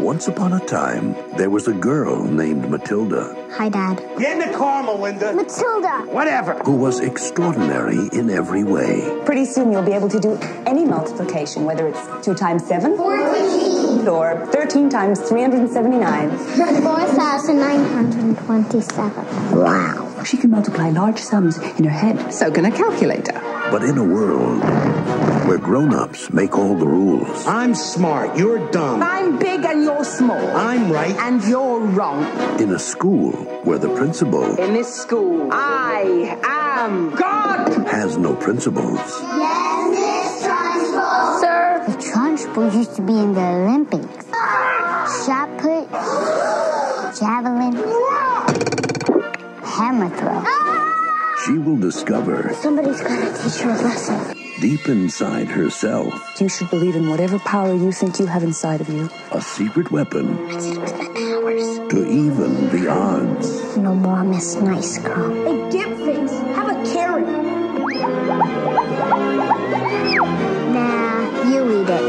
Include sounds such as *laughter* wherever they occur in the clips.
Once upon a time, there was a girl named Matilda Hi, Dad. Get in the car, Melinda. Matilda! Whatever. who was extraordinary in every way. Pretty soon you'll be able to do any multiplication, whether it's 2 times 7 or 13 times 379. 4,927. Wow. She can multiply large sums in her head. So can a calculator. But in a world where grown ups make all the rules, I'm smart. You're dumb. I'm big and you're small. I'm right. And you're wrong. in a school where the principal In this school, uh, I am God. has no principles, Sir? The charge ball used to be in the Olympics. Shot put, javelin, hammer throw. she will discover Somebody's gonna teach her a lesson. deep inside herself You should believe in whatever power you think you have inside of you. a secret weapon What's it with the hours? to even the odds. No more Miss Nice Girl. Hey, dip face, have a carrot. Nah, you eat it.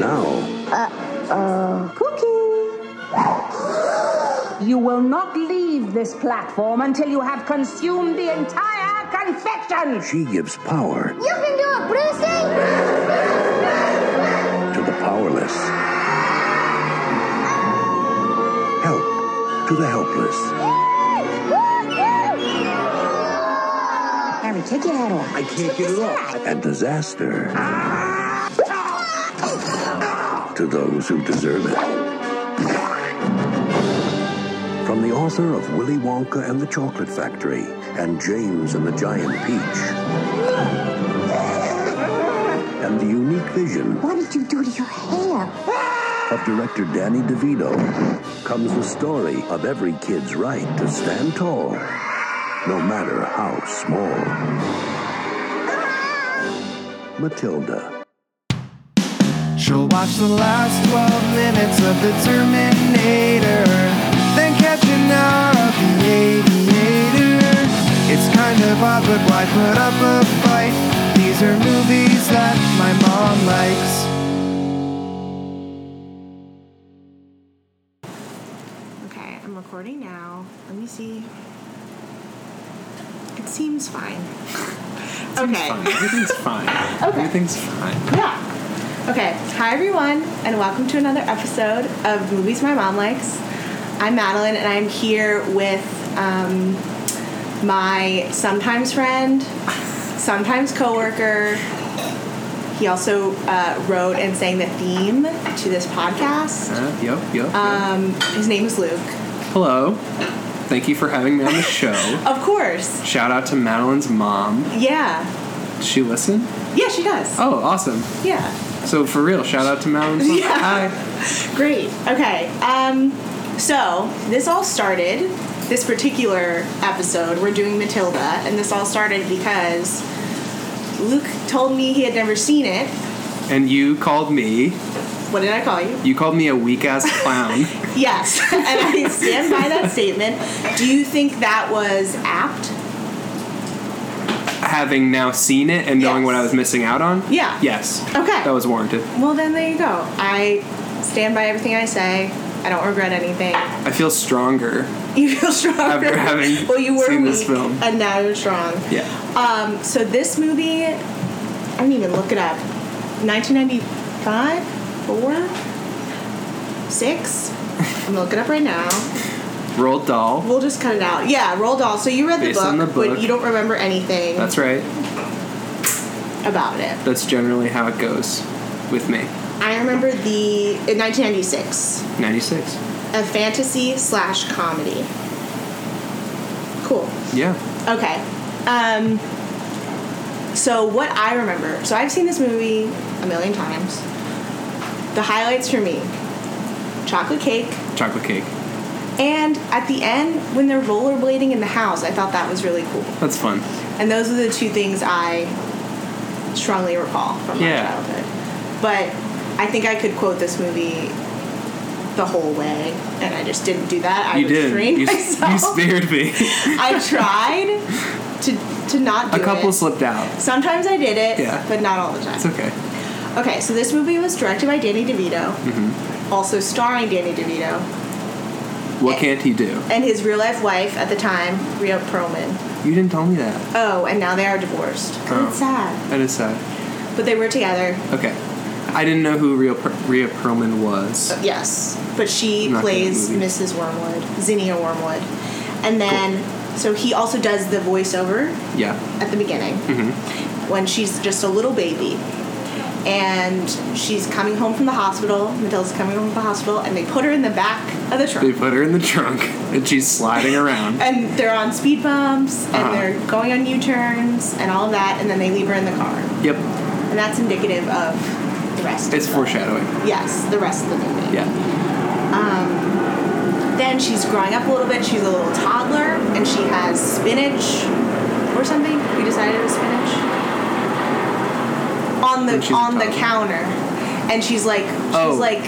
Now, Cookie! You will not leave this platform until you have consumed the entire confection. she gives power You can do it, Brucey! to the powerless, help to the helpless, Harry, take your hat off. I can't get it off. and disaster to those who deserve it. From the author of Willy Wonka and the Chocolate Factory and James and the Giant Peach, and the unique vision What did you do to your hair? of director Danny DeVito comes the story of every kid's right to stand tall, no matter how small. Matilda. She'll watch the last 12 minutes of the Terminator, then catch an hour of the Aviator. It's kind of odd, but why put up a fight? These are movies that my mom likes. Okay, I'm recording now. Let me see. It seems fine. okay. Everything's fine. Everything's Uh, fine. Yeah. Okay. Hi everyone, and welcome to another episode of Movies My Mom Likes. I'm Madeline, and I'm here with um, my sometimes friend, sometimes coworker. He also uh, wrote and sang the theme to this podcast. Uh, yep, yep, yep. His name is Luke. Hello. Thank you for having me on the show. Of course. Shout out to Madeline's mom. Yeah. Does she listen? Yeah, she does. Oh, awesome. Yeah. So for real, shout out to Madeline's mom. Hi. Great. Okay. Um, so this all started. This particular episode, we're doing Matilda, and this all started because Luke told me he had never seen it. And you called me. What did I call you? You called me a weak ass *laughs* clown. Yes, and I stand by that statement. Do you think that was apt? Having now seen it and knowing Yes. what I was missing out on? Yeah. Yes. Okay. That was warranted. Well, then there you go. I stand by everything I say. I don't regret anything. *laughs* I feel stronger. You feel stronger After having well, you were seen weak, this film. and now you're strong. Yeah. Um, so this movie, I didn't even look it up. 1995, four, six. I'm gonna look it up right now. Roll doll. We'll just cut it out. Yeah, Roll Doll. So you read the Based book, on the but book. you don't remember anything That's right. about it. That's generally how it goes with me. I remember the in 1996, 96. a fantasy slash comedy. Cool. Yeah. Okay. Um, so what I remember, so I've seen this movie a million times. The highlights for me: chocolate cake, Chocolate cake. and at the end when they're rollerblading in the house, I thought that was really cool. That's fun. And those are the two things I strongly recall from my Yeah. childhood. But I think I could quote this movie the whole way, and I just didn't do that. I you did. restrained You, s- myself. you *laughs* spared me. *laughs* I *laughs* tried to to not do a couple it. slipped out. Sometimes I did it, Yeah. but not all the time. It's okay. Okay, so this movie was directed by Danny DeVito, Mm-hmm. also starring Danny DeVito What can't he do? and his real life wife at the time, Rhea Perlman. You didn't tell me that. Oh, and now they are divorced. Oh. It's sad, That is sad. but they were together. Okay. I didn't know who Rhea, per- Rhea Perlman was. Yes, but she Not good plays movie. Mrs. Wormwood, Zinnia Wormwood, and then so he also does the voiceover Yeah. at the beginning Mm-hmm. when she's just a little baby. And she's coming home from the hospital. Matilda's coming home from the hospital, and they put her in the back of the truck. They put her in the trunk and she's sliding *laughs* around. and they're on speed bumps, and Uh-huh. they're going on U turns, and all of that, and then they leave her in the car. yep. And that's indicative of the rest. It's of the, foreshadowing. Yes, the rest of the movie. Yeah. Then she's growing up a little bit. She's a little toddler, and she has spinach or something. We decided it was spinach on When she's the a on the toddler. counter, and she's like she's Oh. like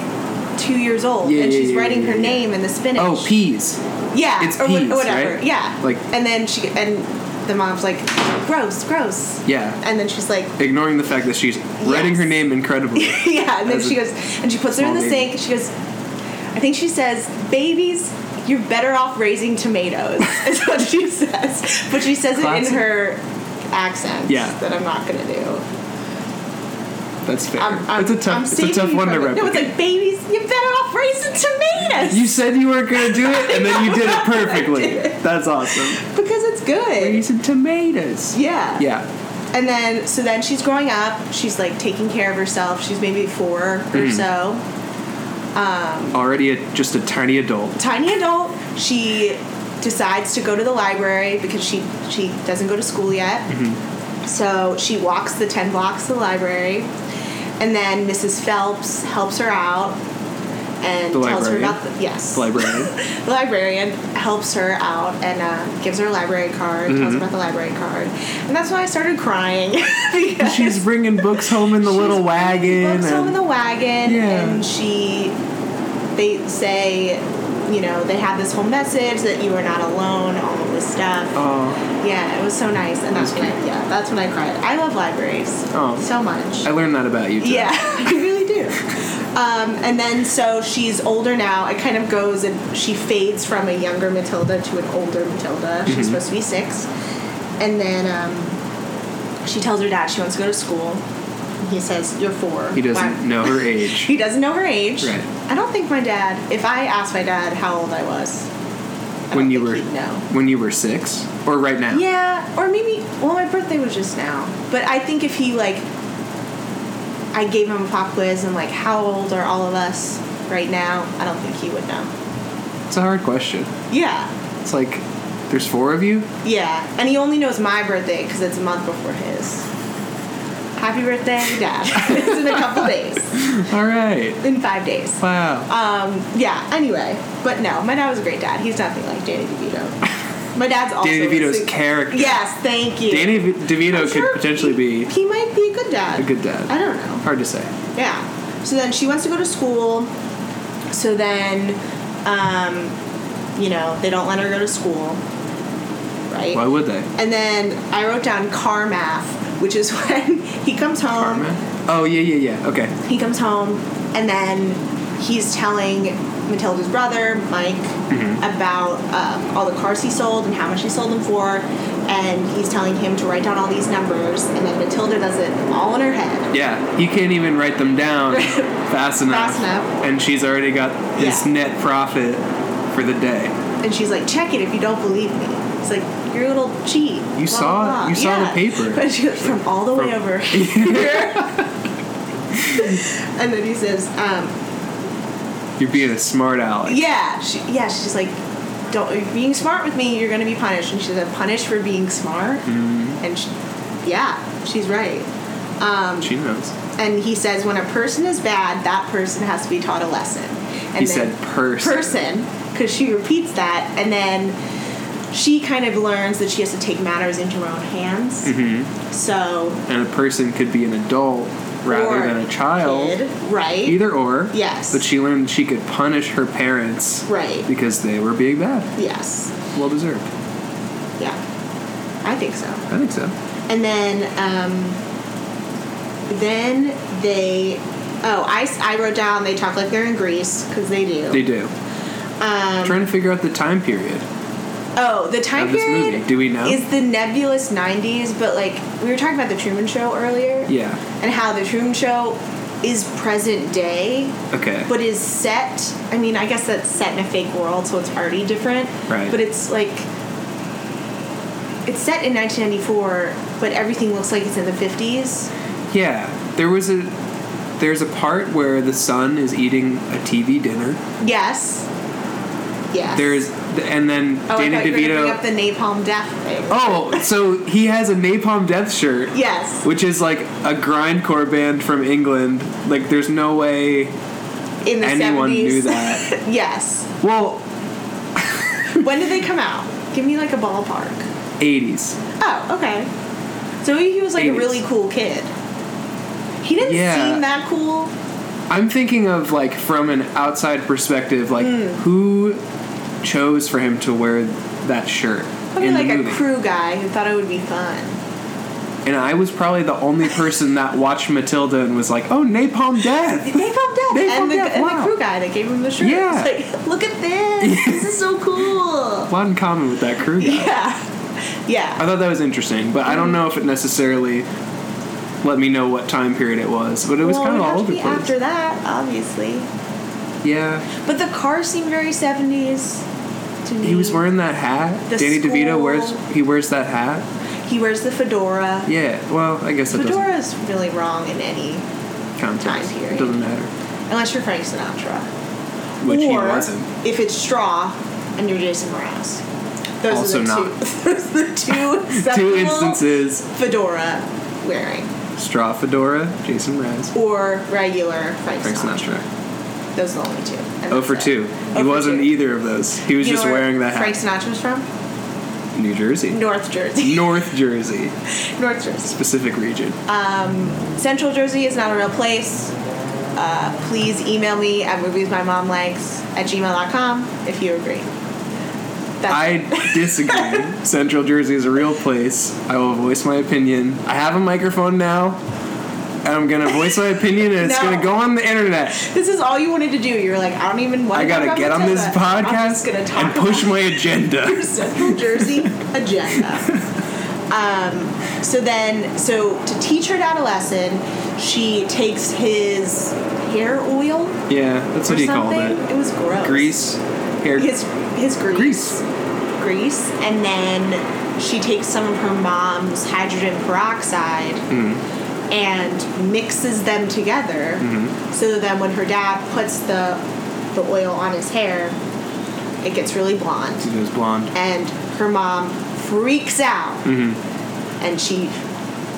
two years old, Yeah, and yeah, she's yeah, writing yeah, her yeah. name in the spinach. Oh, peas. yeah, it's or what- peas, whatever. right? Yeah, Like- and then she and the mom's like, gross, gross. Yeah. and then she's like, Ignoring the fact that she's writing her *laughs* name incredibly. yeah, and then As a she goes, and she puts her in small the baby. sink. She goes, I think she says, babies, you're better off raising tomatoes, *laughs* is what she says. But she says it Classic. in her accent Yeah. that I'm not going to do. That's fair. I'm, I'm, it's a I'm tough, it's a saving tough you one to from it. No, replicate. it's like, babies, you're better off raising tomatoes. you said you weren't gonna do it, and then you *laughs* did it perfectly. That's awesome. because it's good. Raising tomatoes. Yeah. Yeah. And then, so then she's growing up. She's like taking care of herself. She's maybe four Mm. or so. Already a, just a tiny adult. tiny adult. She decides to go to the library because she she doesn't go to school yet. Mm-hmm. So she walks the ten blocks to the library, and then Mrs. Phelps helps her out and The tells her librarian? about the yes *laughs* Librarian. the librarian helps her out and uh, gives her a library card, Mm-hmm. tells her about the library card, and that's when I started crying *laughs* because She's bringing books home in the little wagon. Books home in and- the wagon, Yeah. and she, they say, you know, they have this whole message that you are not alone, all of this stuff. oh, Yeah, it was so nice, and that's when I, yeah, that's when I cried. I love libraries Oh. so much. I learned that about you. Jen. yeah, *laughs* I really do. Um, and then so she's older now. It kind of goes and she fades from a younger Matilda to an older Matilda. Mm-hmm. She's supposed to be six, and then um, she tells her dad she wants to go to school. He says, "You're four. He Why- *laughs* doesn't know her age. he doesn't know her age. Right. I don't think my dad. If I asked my dad how old I was, I when don't you think were he'd know. when you were six or right now. Yeah, or maybe. Well, my birthday was just now, but I think if he like, I gave him a pop quiz and like, how old are all of us right now? I don't think he would know. It's a hard question. Yeah, It's like there's four of *laughs* you. yeah, and he only knows my birthday because it's a month before his. Happy birthday, *laughs* Dad! it's in a couple days. All right. In five days. Wow. Uh, Yeah. Anyway, but no, my dad was a great dad. He's nothing like Danny DeVito. My dad's also Danny a DeVito's su- character. Yes, thank you. Danny V- DeVito I'm could sure potentially he- be He might be a good dad. a good dad. I don't know. Hard to say. Yeah. So then she wants to go to school. So then, um, you know, they don't let her go to school, right? Why would they? And then I wrote down car math, which is *laughs* when he comes home. Carmen? Oh yeah, yeah, yeah. Okay. He comes home, and then he's telling Matilda's brother, Mike, Mm-hmm. about um, all the cars he sold and how much he sold them for. And he's telling him to write down all these numbers, and then Matilda does it all in her head. Yeah, he can't even write *laughs* them down fast enough. Fast enough. And she's already got his Yeah. net profit for the day. And she's like, check it if you don't believe me. It's like, you're a little cheat. You saw it. You saw the paper. But *laughs* she goes, from all the way From- *laughs* over here. and then he says, um, You're being a smart aleck. yeah, she, yeah, she's just like, don't if you're being smart with me, you're gonna be punished. And she said, punished for being smart. Mm-hmm. And she, yeah, she's right. She knows. And he says, when a person is bad, that person has to be taught a lesson. And He then- said person. person because she repeats that and then she kind of learns that she has to take matters into her own hands so And a person could be an adult Mm-hmm. rather or than a child. kid, right Either or. Yes. But she learned she could punish her parents. Right. Because they were being bad. yes Well deserved. yeah i think so I think so. and then um, Then they, oh, I, s- I wrote down they talk like they're in Greece because they do. They do. Um, Trying to figure out the time period. oh, the time Of this period movie. Do we know? is the nebulous '90s, but like we were talking about the Truman Show earlier, Yeah. and how the Truman Show is present day, Okay. but is set. I mean, I guess that's set in a fake world, so it's already different. Right. But it's like it's set in 1994, but everything looks like it's in the 50s. yeah, there was a there's a part where the son is eating a TV dinner. Yes. Yes. There's and then Oh, Danny I thought you were DeVito. gonna bring up the napalm death thing. oh, so he has a Napalm Death shirt. Yes, Which is like a grindcore band from England. Like, there's no way in the anyone 70s. knew that. *laughs* yes. Well, When did they come out? Give me like a ballpark. 80s. Oh, okay. So he was like a 80s. really cool kid. He didn't Yeah. seem that cool. I'm thinking of like from an outside perspective, like Hmm. who chose for him to wear that shirt Probably in like the a movie. crew guy who thought it would be fun. and I was probably the only person that watched Matilda and was like, "Oh, *laughs* Napalm Death." They popped up. Napalm and, the, Death, and wow. the crew guy that gave him the shirt. Yeah. It's like, *laughs* look at *laughs* this. this is so cool. A lot in common with that crew guy. Yeah. I *laughs* Yeah. thought that was interesting, but I don't know if it necessarily let me know what time period it was. But it was well, kind it of would have all to over the be place. after that, obviously. yeah, But the car seemed very 70s to me. he was wearing that hat. The Danny DeVito skull. wears he wears that hat. He wears the fedora. Yeah. Well, I guess it Fedora is really wrong in any, doesn't count. time period. It doesn't matter. unless you're Frank Sinatra. or Which he wasn't. if it's straw and you're Jason Mraz. Those Also are the not. two. *laughs* Those are the *laughs* two Two acceptable instances: Fedora wearing straw fedora, Jason Mraz, or regular Frank, Frank Sinatra. Sinatra. Those are the only two. and Oh that's for it. two. He Oh for wasn't two. either of those. He was You know just where wearing that Frank hat. Sinatra's from New Jersey, North Jersey. North Jersey, *laughs* North Jersey. Pacific region. Uh. Central Jersey is not a real place. Uh, please email me at moviesmymomlikes at gmail.com if you agree. That's *laughs* I disagree. Central Jersey is a real place. I will voice my opinion. I have a microphone now. And I'm gonna voice my opinion, and it's *laughs* No. gonna go on the internet. this is all you wanted to do. You were like, I don't even want I to gotta get on this podcast gonna talk and push about my *laughs* agenda. *laughs* your Central Jersey agenda. Um, so then, so to teach her dad a lesson, she takes his hair oil. Yeah, that's what or he something. called it. It was gross. Grease, hair, His his grease. Grease. Grease, and then she takes some of her mom's hydrogen peroxide and mixes them together. So then, when her dad puts the the oil on his hair, it gets really blonde, It was blonde. and her mom freaks out, and she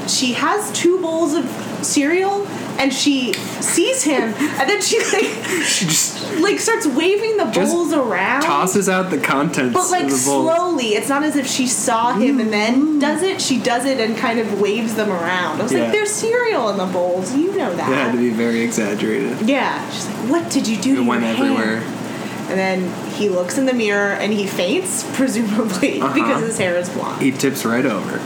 she has two bowls of cereal. And she sees him, and then *laughs* she like Just like starts waving the Just bowls around. tosses out the contents But like of the bowl. slowly, it's not as if she saw him and then does it. She does it and kind of waves them around. I was Mm. Yeah. like, "There's cereal in the bowls. You know It had that." to be very exagginated. yeah. She's like, "What did you do?" to It went your hair?" everywhere. And then he looks in the mirror and he faints, *laughs* presumably Uh-huh. because his hair is blonde. He tips right over.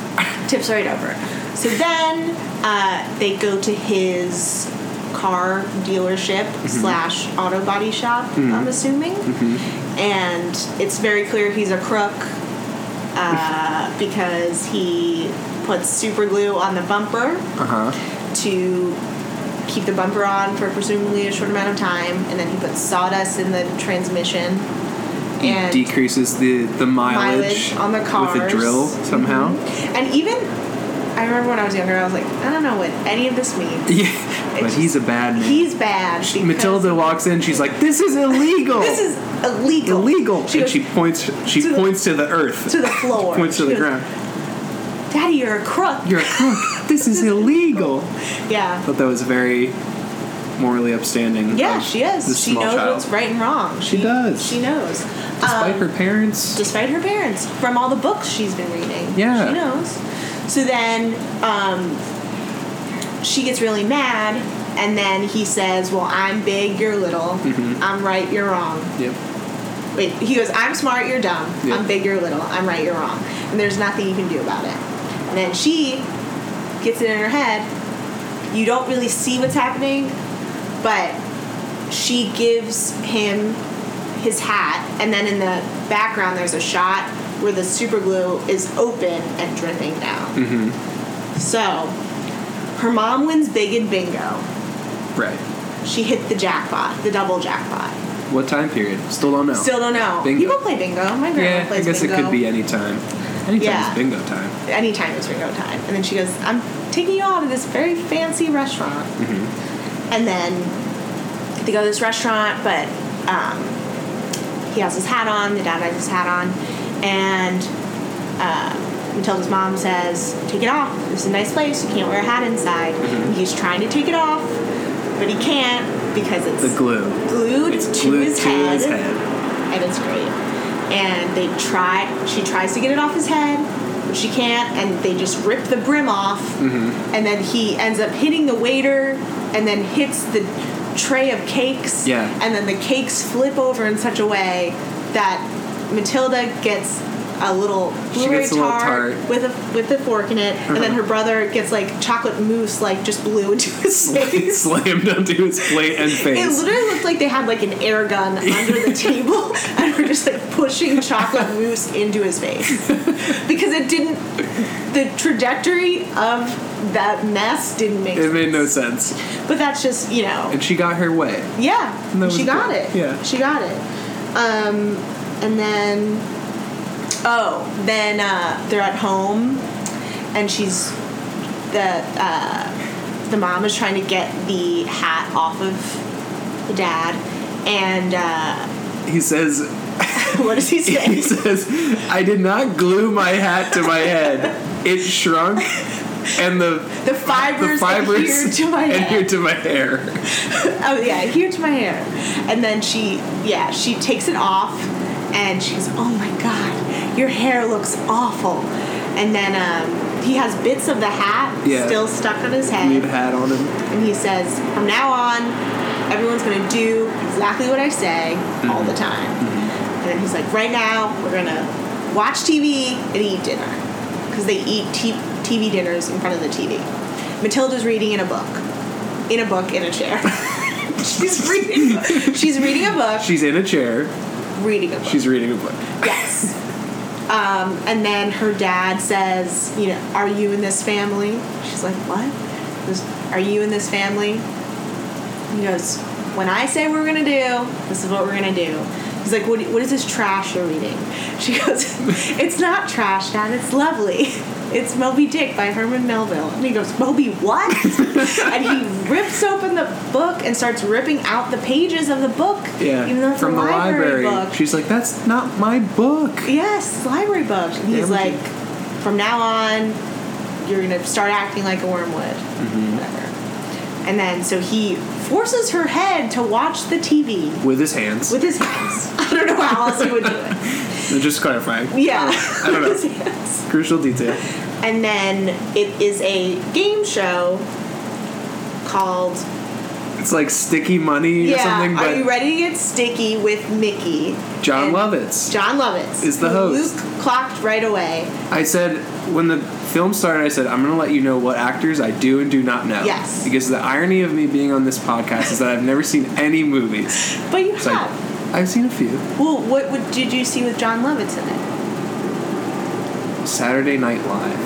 Tips right over. So then uh, they go to his car dealership Mm-hmm. slash auto body shop. I'm assuming, Mm-hmm. and it's very clear he's a crook *laughs* uh, because he puts super glue on the bumper Uh-huh. to keep the bumper on for presumably a short amount of time, and then he puts sawdust in the transmission. And Decreases the the mileage, Mileage on the with a cars. drill somehow. And even I remember when I was younger, I was like, I don't know what any of this means. Yeah, but It's he's a bad man. He's bad. because Matilda walks in. She's like, "This is *laughs* illegal. This is illegal. illegal." She and goes she points. She to the- points to the earth. *laughs* to the floor. points to She the goes, ground. Daddy, you're a crook. You're *laughs* a crook. this is illegal. yeah. But that was very morally upstanding. Yeah, of she is. This she small knows child. what's right and wrong. She does. She knows. Despite her parents. despite her parents from all the books she's been reading. Yeah. She knows. So then um, she gets really mad, and then he says, Well, I'm big, you're little. Mm-hmm. I'm right, you're wrong. yep. Wait, he goes, I'm smart, you're dumb. Yeah. I'm big, you're little. I'm right, you're wrong. And there's nothing you can do about it. And then she gets it in her head You don't really see what's happening, but she gives him his hat, and then in the background, there's a shot where the super glue is open and dripping down. Mm-hmm. So, her mom wins big in bingo. Right. She hit the jackpot, the double jackpot. What time period? Still don't know. Still don't know. Oh. Bingo. People play bingo. My grandma Yeah, I plays guess bingo. it could be any time. Anytime's Yeah. bingo time. anytime it's bingo time. And then she goes, I'm taking you all to this very fancy restaurant. Mm-hmm. And then they go to this restaurant, but um, he has his hat on, the dad has his hat on, and uh, Matilda's mom says, Take it off. This is a nice place. You can't wear a hat inside. Mm-hmm. And He's trying to take it off, but he can't because it's The glue. glued, It's to, glued his, to head, *laughs* his head. and it's great. And they try. She tries to get it off his head, but she can't. And they just rip the brim off, Mm-hmm. and then he ends up hitting the waiter, and then hits the tray of cakes. Yeah. And then the cakes flip over in such a way that Matilda gets. A little She blueberry gets a little tart, tart. Uh-huh. with a with a fork in it, and then her brother gets like chocolate mousse, like just blew into *laughs* his face. Slammed onto his plate and It face. literally looked like they had like an air gun under *laughs* the table and were just like pushing chocolate mousse into his face because it didn't. The trajectory of that mess didn't make. It made no sense. sense. But that's just you know. And she got her way. yeah, And that she was got good. it. Yeah. she got it. Um, and then oh, then uh, they're at home, and she's the uh, the mom is trying to get the hat off of the dad, and. Uh, *laughs* He says, What does he say? *laughs* he says, I did not glue my hat to my head. It shrunk, and the the fibers, the fibers adhere to my hair. *laughs* adhered to my hair. oh yeah, adhere to my hair. And then she, yeah, she takes it off, and she goes, "Oh my god, your hair looks awful." And then um, he has bits of the hat Yeah. still stuck on his head, Need a hat on him. and he says, "From now on, everyone's gonna do exactly what I say all the time." And then he's like, "Right now, we're gonna watch TV and eat dinner because they eat t- TV dinners in front of the TV." Matilda's reading in a book, in a book in a chair. *laughs* she's reading. she's reading a book. She's in a chair. reading a book. She's reading a book. Yes. Um, and then her dad says, you know, are you in this family? She's like, what? He goes, are you in this family? He goes, when I say we're going to do, this is what we're going to do. He's like, what, what is this trash you're reading? *laughs* She goes, it's not trash, Dad. It's lovely. It's Moby Dick by Herman Melville. And he goes, Moby what? *laughs* and he rips open the book and starts ripping out the pages of the book. Yeah, Even though it's from a the library. book. She's like, "That's not my book." Yes, library book. And he's Damn like, you. from now on, you're gonna start acting like a wormwood. Mm-hmm. Whatever. And then so he forces her head to watch the TV With his hands. with his hands. *laughs* I don't know how else he would do it. Just clarifying. Yeah. *laughs* I don't know. With his hands. Crucial detail. And then it is a game show called It's like sticky money or Yeah, something. But Are You Ready to Get Sticky with Mickey. John and Lovitz. John Lovitz is the who host. Luke clocked right away. I said when the film started, I said I'm going to let you know what actors I do and do not know. Yes. Because the irony of me being on this podcast is that I've never seen any movies. But you It's like have. I've seen a few. Well, what would, did you see with John Lovitz in it? Saturday Night Live.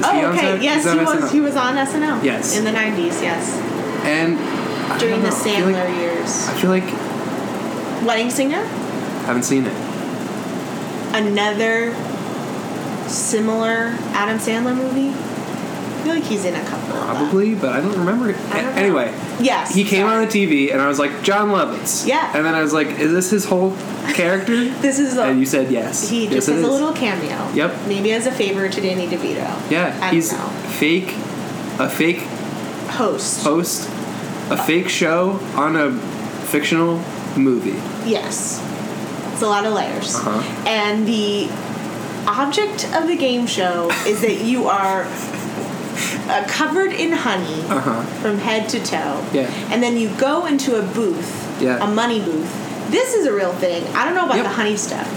Is he Oh, on okay. Saturday- Yes, is that he on was. SNL? He was on SNL. Yes. Oh, In the '90s. Yes. And I During don't know, the I feel like- Sandler years. I feel like Wedding Singer. haven't seen it. Another similar Adam Sandler movie. I feel like he's in a couple. of them. Probably, but I don't remember. it. I don't know. Anyway, Yes. He came sorry. on the TV, and I was like, John Lovitz. Yeah. And then I was like, is this his whole *laughs* character? This is a. and you said yes. he Yes, just it has a is. little cameo. Yep. Maybe as a favor to Danny DeVito. I Yeah, don't he's know. fake, a fake Host. host, a fake show on a fictional movie. Yes. It's a lot of layers. Uh-huh. And the object of the game show is that you are uh, covered in honey from head to toe. Uh-huh. Yeah. And then you go into a booth, Yeah. a money booth. This is a real thing. I don't know about Yep. the honey stuff.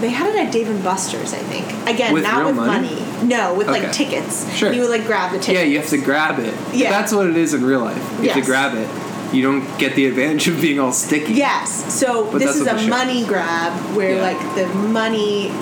They had it at Dave and Buster's, I think. Again, With not real with money? money. No, with Okay. like tickets. Sure. You would like grab the tickets. Yeah, you have to grab it. Yeah. That's what it is in real life. You have Yes. to grab it. You don't get the advantage of being all sticky. Yes. So But this that's is what a the show money grab where Yeah. like the money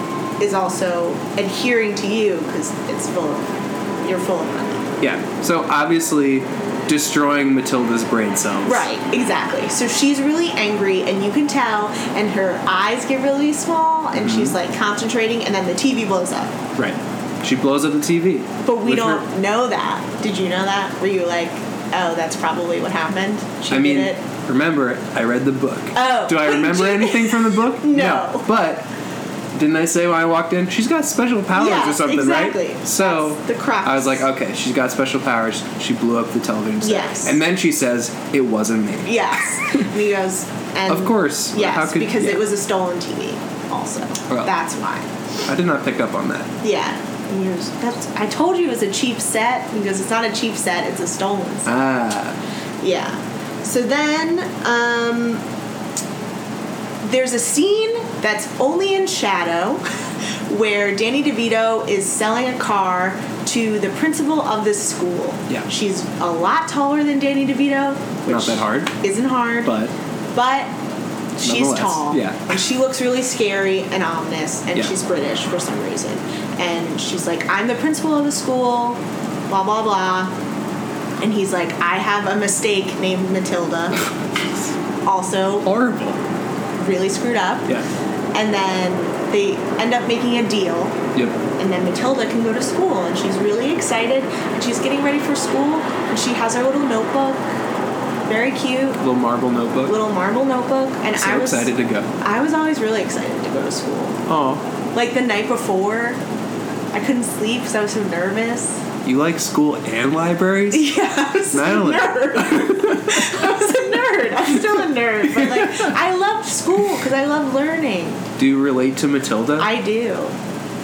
is also adhering to you because it's full. Of, you're full of money. Yeah. So obviously, destroying Matilda's brain cells. Right. Exactly. So she's really angry, and you can tell, and her eyes get really small, and she's like concentrating, and then the TV blows up. Right. She blows up the TV. But we Which don't we're- know that. Did you know that? Were you like, oh, that's probably what happened? She I mean, did it. remember, I read the book. Oh. Do I *laughs* remember anything from the book? No. But didn't I say when I walked in, she's got special powers Yes, or something, exactly. right? So That's the crux. I was like, okay, she's got special powers. She blew up the television set. Yes. And then she says, it wasn't me. Yes. and he goes, and Of course. Yes, How could- because yeah. it was a stolen TV. Also, Well. that's why. I did not pick up on that. Yeah. And he goes, that's, I told you it was a cheap set. He goes, it's not a cheap set. It's a stolen set. Ah. Yeah. So then, um, there's a scene that's only in shadow *laughs* where Danny DeVito is selling a car to the principal of this school. Yeah. She's a lot taller than Danny DeVito. Which Not that hard. Isn't hard. But But she's Nonetheless, tall. yeah. And she looks really scary and ominous, and Yeah. she's British for some reason. And she's like, I'm the principal of the school, blah, blah, blah. And he's like, I have a mistake named *laughs* Matilda. also, horrible. really screwed up. Yeah. And then they end up making a deal Yep. and then Matilda can go to school, and she's really excited, and she's getting ready for school, and she has her little notebook, very cute, Little marble notebook. little marble notebook, and so I was excited to go. I was always really excited to go to school. Oh, Like the night before, I couldn't sleep because I was so nervous. *laughs* you like school and libraries? Yeah, I was Not a only- nerd. *laughs* I was a nerd. I'm still a nerd, but like I loved school because I love learning. Do you relate to Matilda? I do.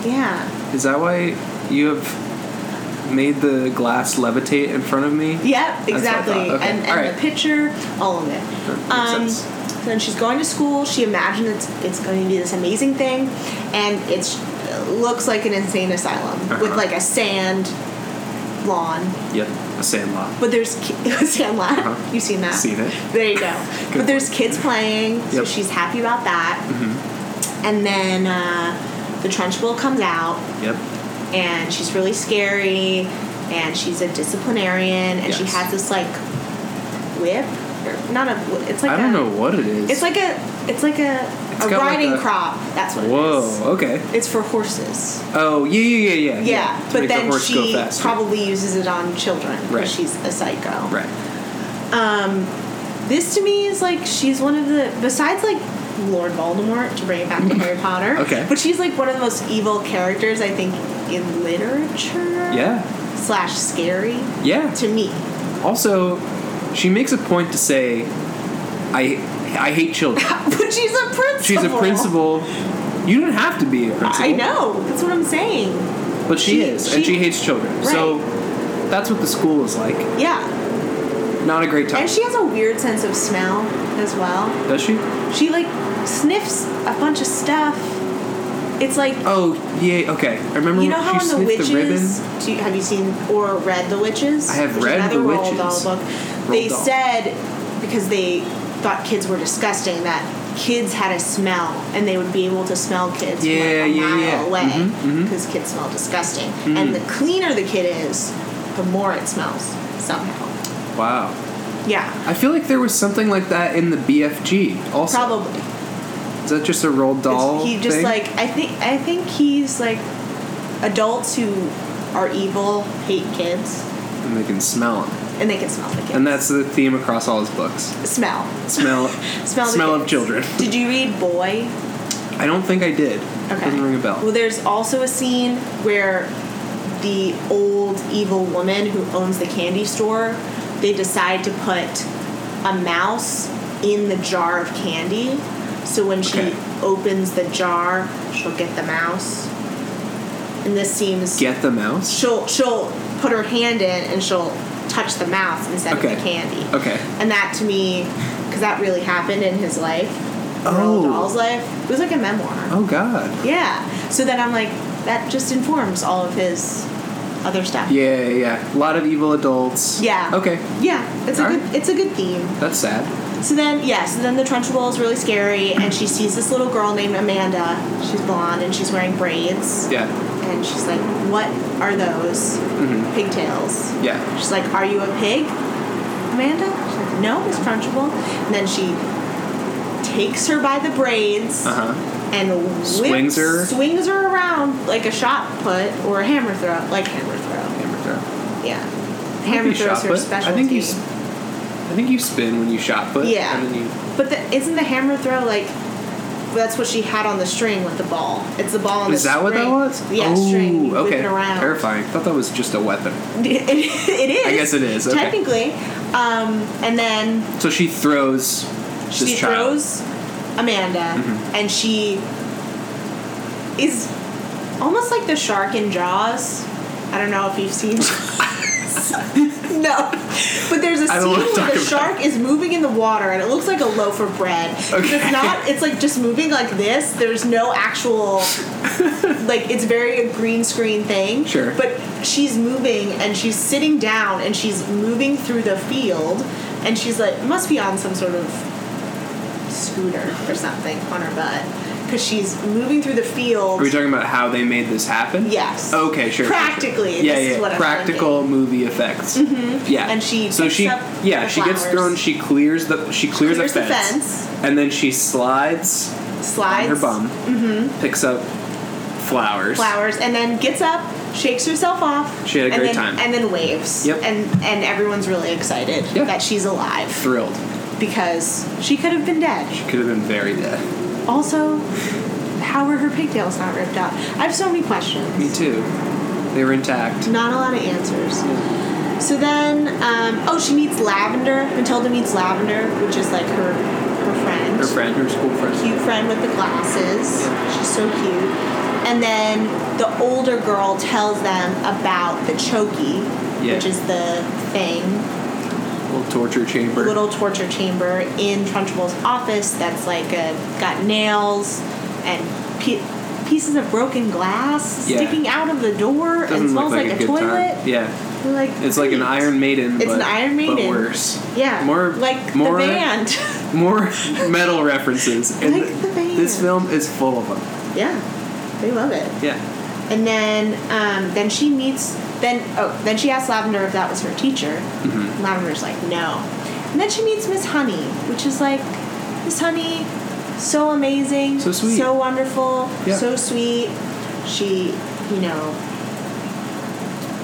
Yeah. Is that why you have made the glass levitate in front of me? Yep. what I Exactly. thought. Okay. And, and All right. the picture, all of it. That makes Um, sense. so then she's going to school. She imagines it's, it's going to be this amazing thing, and it's it looks like an insane asylum with Uh-huh. like a sand lawn. Yep, a sandlot. But there's ki- *laughs* sandlot. Uh-huh. You've seen that? Seen it. There *laughs* you go. but there's kids playing, so Yep. Mm-hmm. she's happy about that. And then uh, the Trunchbull comes out, Yep. and she's really scary, and she's a disciplinarian, and she Yes. has this like whip, or not a. whi- It's like I don't a- know what it is. it's like a it's like a, It's a got like riding a- crop. That's what it is. Whoa. Okay. It's for horses. Oh yeah yeah yeah yeah. Yeah, To but make the then horse go she faster. probably uses it on children because Right. she's a psycho. right. This to me is like she's one of the besides like Lord Voldemort to bring it *laughs* back to Harry Potter. Okay. but she's like one of the most evil characters I think in literature. Yeah slash scary yeah. to me. Also, she makes a point to say, I I hate children. *laughs* but she's a principal. She's a principal. You don't have to be a principal. I know. That's what I'm saying. But she, She- is, and she- she hates children. So that's what the school is like. Yeah. Not a great time. And she has a weird sense of smell as well. Does she? She like sniffs a bunch of stuff. It's like Oh yeah. Okay. I remember you know when how she in the sniffed the ribbon. witches. do you, have you seen or read the witches? I have Which is read another The Roald Witches. Dahl book. they Roald Dahl. said because they thought kids were disgusting that kids had a smell and they would be able to smell kids Yeah, from like a yeah, mile yeah. Mm-hmm, Mm. away because kids smell disgusting. And the cleaner the kid is, the more it smells somehow. Wow. Yeah, I feel like there was something like that in the BFG. Also, probably. is that just a Roald Dahl? It's- he just thing? like I think I think he's like adults who are evil hate kids and they can smell him, and they can smell the kids. and that's the theme across all his books. smell. Smell, *laughs* Smell the of kids. children. Did you read Boy? I don't think I did. Okay. Doesn't ring a bell. Well, there's also a scene where the old evil woman who owns the candy store, they decide to put a mouse in the jar of candy. So when she Okay. opens the jar, she'll get the mouse. And this seems Get the mouse. she'll she'll put her hand in and she'll touch the mouse instead Okay. of the candy. Okay. And that to me, because that really happened in his life, Roald Oh. Dahl's life. It was like a memoir. Oh God. Yeah. So then I'm like, that just informs all of his other stuff. Yeah, yeah, yeah. A lot of evil adults. Yeah. Okay. Yeah, it's a All good right. it's a good theme. That's sad. So then, yeah, so then the Trunchbull is really scary, and she sees this little girl named Amanda. She's blonde and she's wearing braids. Yeah. And she's like, What are those Mm-hmm. pigtails? Yeah. She's like, Are you a pig, Amanda? She's like, No, Miss Trunchbull. And then she takes her by the braids Uh huh. and whips, Swings her. swings her around like a shot put or a hammer throw. Like hammer throw. Hammer throw. Yeah. Hammer You throw is shot her put? specialty. I think you. s- I think you spin when you shot put. Yeah. And then you. But the, isn't the hammer throw like? That's what she had on the string with the ball. It's the ball on Is the that string. what that was? Yeah, oh, string. You whip Okay. it around. Terrifying. Thought that was just a weapon. It, *laughs* it is. I guess it is, okay. Technically, um, and then So she throws. she this child. Mm-hmm. throws Amanda, and she is almost like the shark in Jaws. I don't know if you've *laughs* seen. *laughs* Jaws. no, but there's a I scene don't wanna where talk the about shark is moving in the water, and it looks like a loaf of bread. But Okay. It's not. It's like just moving like this. There's no *laughs* actual. like it's very a green screen thing. Sure. But she's moving and she's sitting down and she's moving through the field, and she's like must be on some sort of scooter or something on her butt because she's moving through the field. Are we talking about how they made this happen? Yes. Okay, sure. sure, sure. Practically, Yeah, this yeah. is what I'm Practical movie effects. Mm-hmm. Yeah. And she So picks she up yeah the she gets flowers. thrown. She clears the she clears, clears a the fence, fence. and then she slides on slides her bum. Mm-hmm. Picks up flowers. flowers and then gets up, shakes herself off. She had a and great then, time. And then waves. Yep. And and everyone's really excited Yeah. that she's alive Thrilled. because she could have been dead. Could have been very dead. Also, how were her pigtails not ripped out? I have so many questions. Me too. They were intact. Not a lot of answers. So then, um, oh, she meets Lavender. Matilda meets Lavender, which is like her her friend. Her friend, her school friend. cute friend with the glasses. She's so cute. And then the older girl tells them about the choki, Yeah. which is the thing, Little torture the chamber. little torture chamber in Trunchbull's office that's like a, got nails and pe- pieces of broken glass Yeah. sticking out of the door Doesn't and look smells like, a, good toilet. time. Yeah. You're Like, It's like an great. Iron Maiden. It's but, an Iron But Maiden. worse. Yeah, More like more the band. *laughs* more metal references. And Like the band. This film is full of them. yeah, they love it. Yeah. And then um, then she meets then oh then she asks Lavender if that was her teacher. Mm-hmm. Lavender's like no. And then she meets Miss Honey, which is like Miss Honey, so amazing, So sweet. so wonderful, Yeah. so sweet. She you know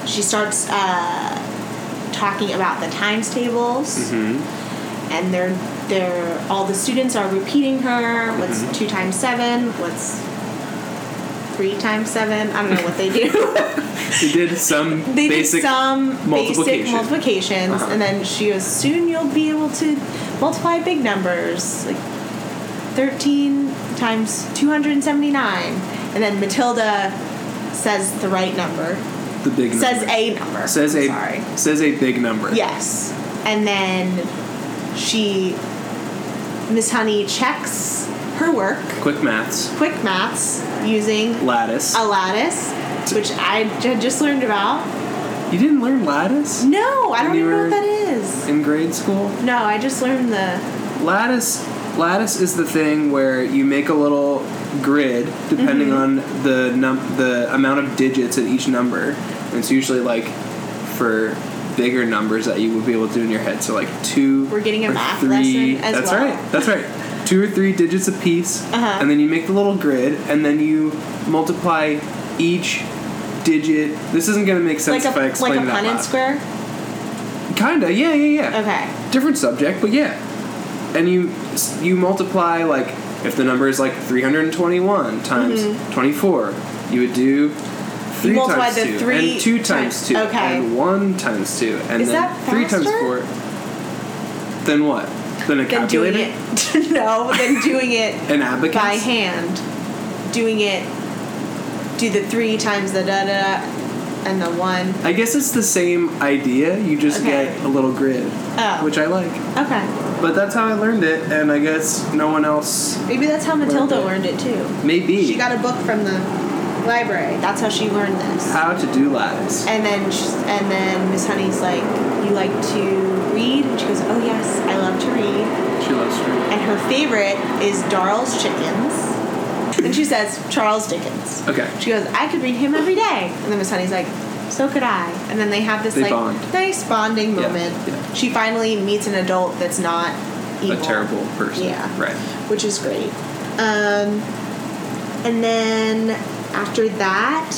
she starts uh, talking about the times tables and they're they're all the students are repeating her. What's two times seven? What's three times seven? I don't know what they do. *laughs* They did some they basic did some basic multiplication. multiplications, Uh-huh. and then she goes, "Soon you'll be able to multiply big numbers like thirteen times two hundred and seventy nine, and then Matilda says the right number, the big says number. a number, says I'm a sorry, says a big number. Yes. And then she, Miss Honey checks her work, Quick maths. quick maths, using Lattice. a lattice, which I j- just learned about. You didn't learn lattice No, I don't When you even know were- what that is. in grade school? No, I just learned the. Lattice lattice is the thing where you make a little grid depending Mm-hmm. on the num- the amount of digits in each number. And it's usually like for bigger numbers that you would be able to do in your head. So like two We're getting a or math three. lesson as That's well. Uh-huh. right. That's right. Two or three digits a piece, and then you make the little grid, and then you multiply each digit. This isn't going to make sense Like if I a, explain like a it out Punnett loud. square? Kinda, yeah, yeah, yeah Okay. different subject, but yeah. And you you multiply like if the number is like 321 times 24, you would do three Mm-hmm. multiply times the two, three and two times- times, two, okay. and one times two, and Is then that three times faster? four. Then what? Then a Then doing calculator, it. *laughs* no, then doing it *laughs* an abacus. by hand. Doing it. Do the three times the da da da and the one. I guess it's the same idea. You just Okay. get a little grid, Oh. which I like. Okay. But that's how I learned it, and I guess no one else Maybe that's how Matilda learned it too. maybe. She got a book from the library. That's how she learned this. How to do lattice. And then she's, and then Miss Honey's like, "You like to read?" And she goes, "Oh yes, I love to read." She loves her. And her favorite is Darl's Chickens. And she says Charles Dickens. Okay. She goes, "I could read him every day." And then Miss Honey's like, "So could I." And then they have this They like bond. nice bonding Yeah, moment. yeah. She finally meets an adult that's not evil. A terrible person. Yeah. Right. which is great. Um, and then after that,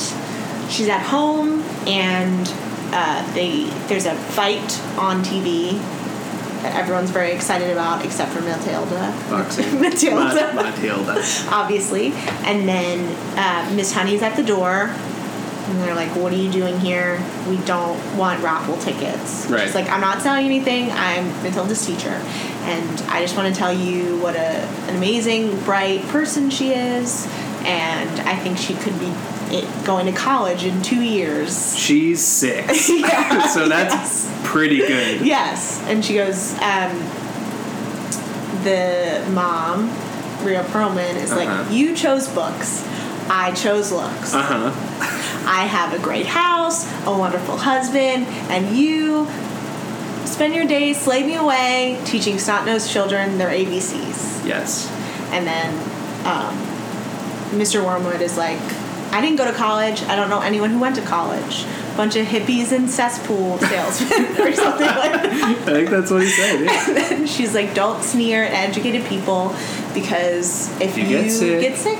she's at home and uh, they there's a fight on TV that everyone's very excited about, except for Matilda. *laughs* Boxing. Matilda. Ma- *laughs* Matilda. Obviously, and then uh, Miss Honey's at the door, and they're like, "What are you doing here? We don't want raffle tickets." Right. She's like, "I'm not selling anything. I'm Matilda's teacher, and I just want to tell you what a, an amazing, bright person she is, and I think she could be it, going to college in two *laughs* years." *laughs* She's six. *laughs* so that's pretty good. Yes, and she goes. Um, the mom, Rhea Perlman, is Uh-huh. like, "You chose books, I chose looks. Uh huh. I have a great house, a wonderful husband, and you spend your days slaving away teaching snot-nosed children their ABCs." Yes. And then um, Mr. Wormwood is like, "I didn't go to college. I don't know anyone who went to college. Bunch of hippies and cesspool salesmen, *laughs* or something like that." I think that's what he said. *laughs* yeah. She's like, don't sneer at educated people because if you, You get sick." get sick,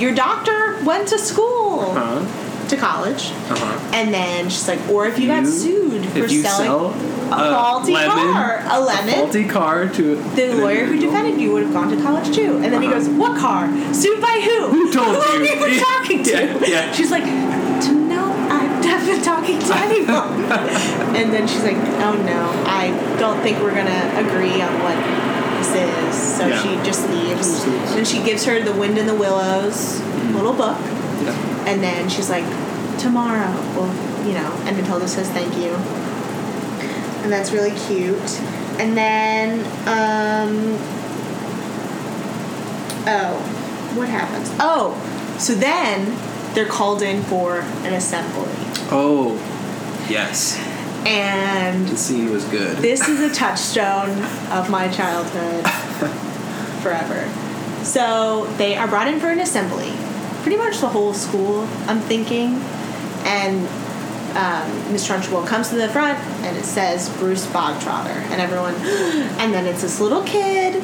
your doctor went to school, Uh-huh. to college. Uh-huh. And then she's like, or if you, got You- sued for If you selling sell a faulty lemon, car, a lemon, faulty car to the an lawyer who individual- defended you would have gone to college too. And then he Uh-huh. goes, what car? Sued by who? Who told who you?" are you Yeah, talking to? yeah, yeah. She's like, to no, I've not been talking to anyone. *laughs* and then she's like, oh no, I don't think we're gonna agree on what this is. So Yeah. she just leaves. Just leaves. And she gives her the Wind in the Willows Mm. little book, Yeah. and then she's like, tomorrow, well, you know. And Matilda says thank you, and that's really cute. And then, um, oh, what happens? Oh, so then they're called in for an assembly, Oh, yes. and The scene was good. this is a touchstone of my childhood forever. So they are brought in for an assembly. Pretty much the whole school, I'm thinking. And um, Miss Trunchbull comes to the front and it says Bruce Bogtrotter. And everyone, *gasps* and then it's this little kid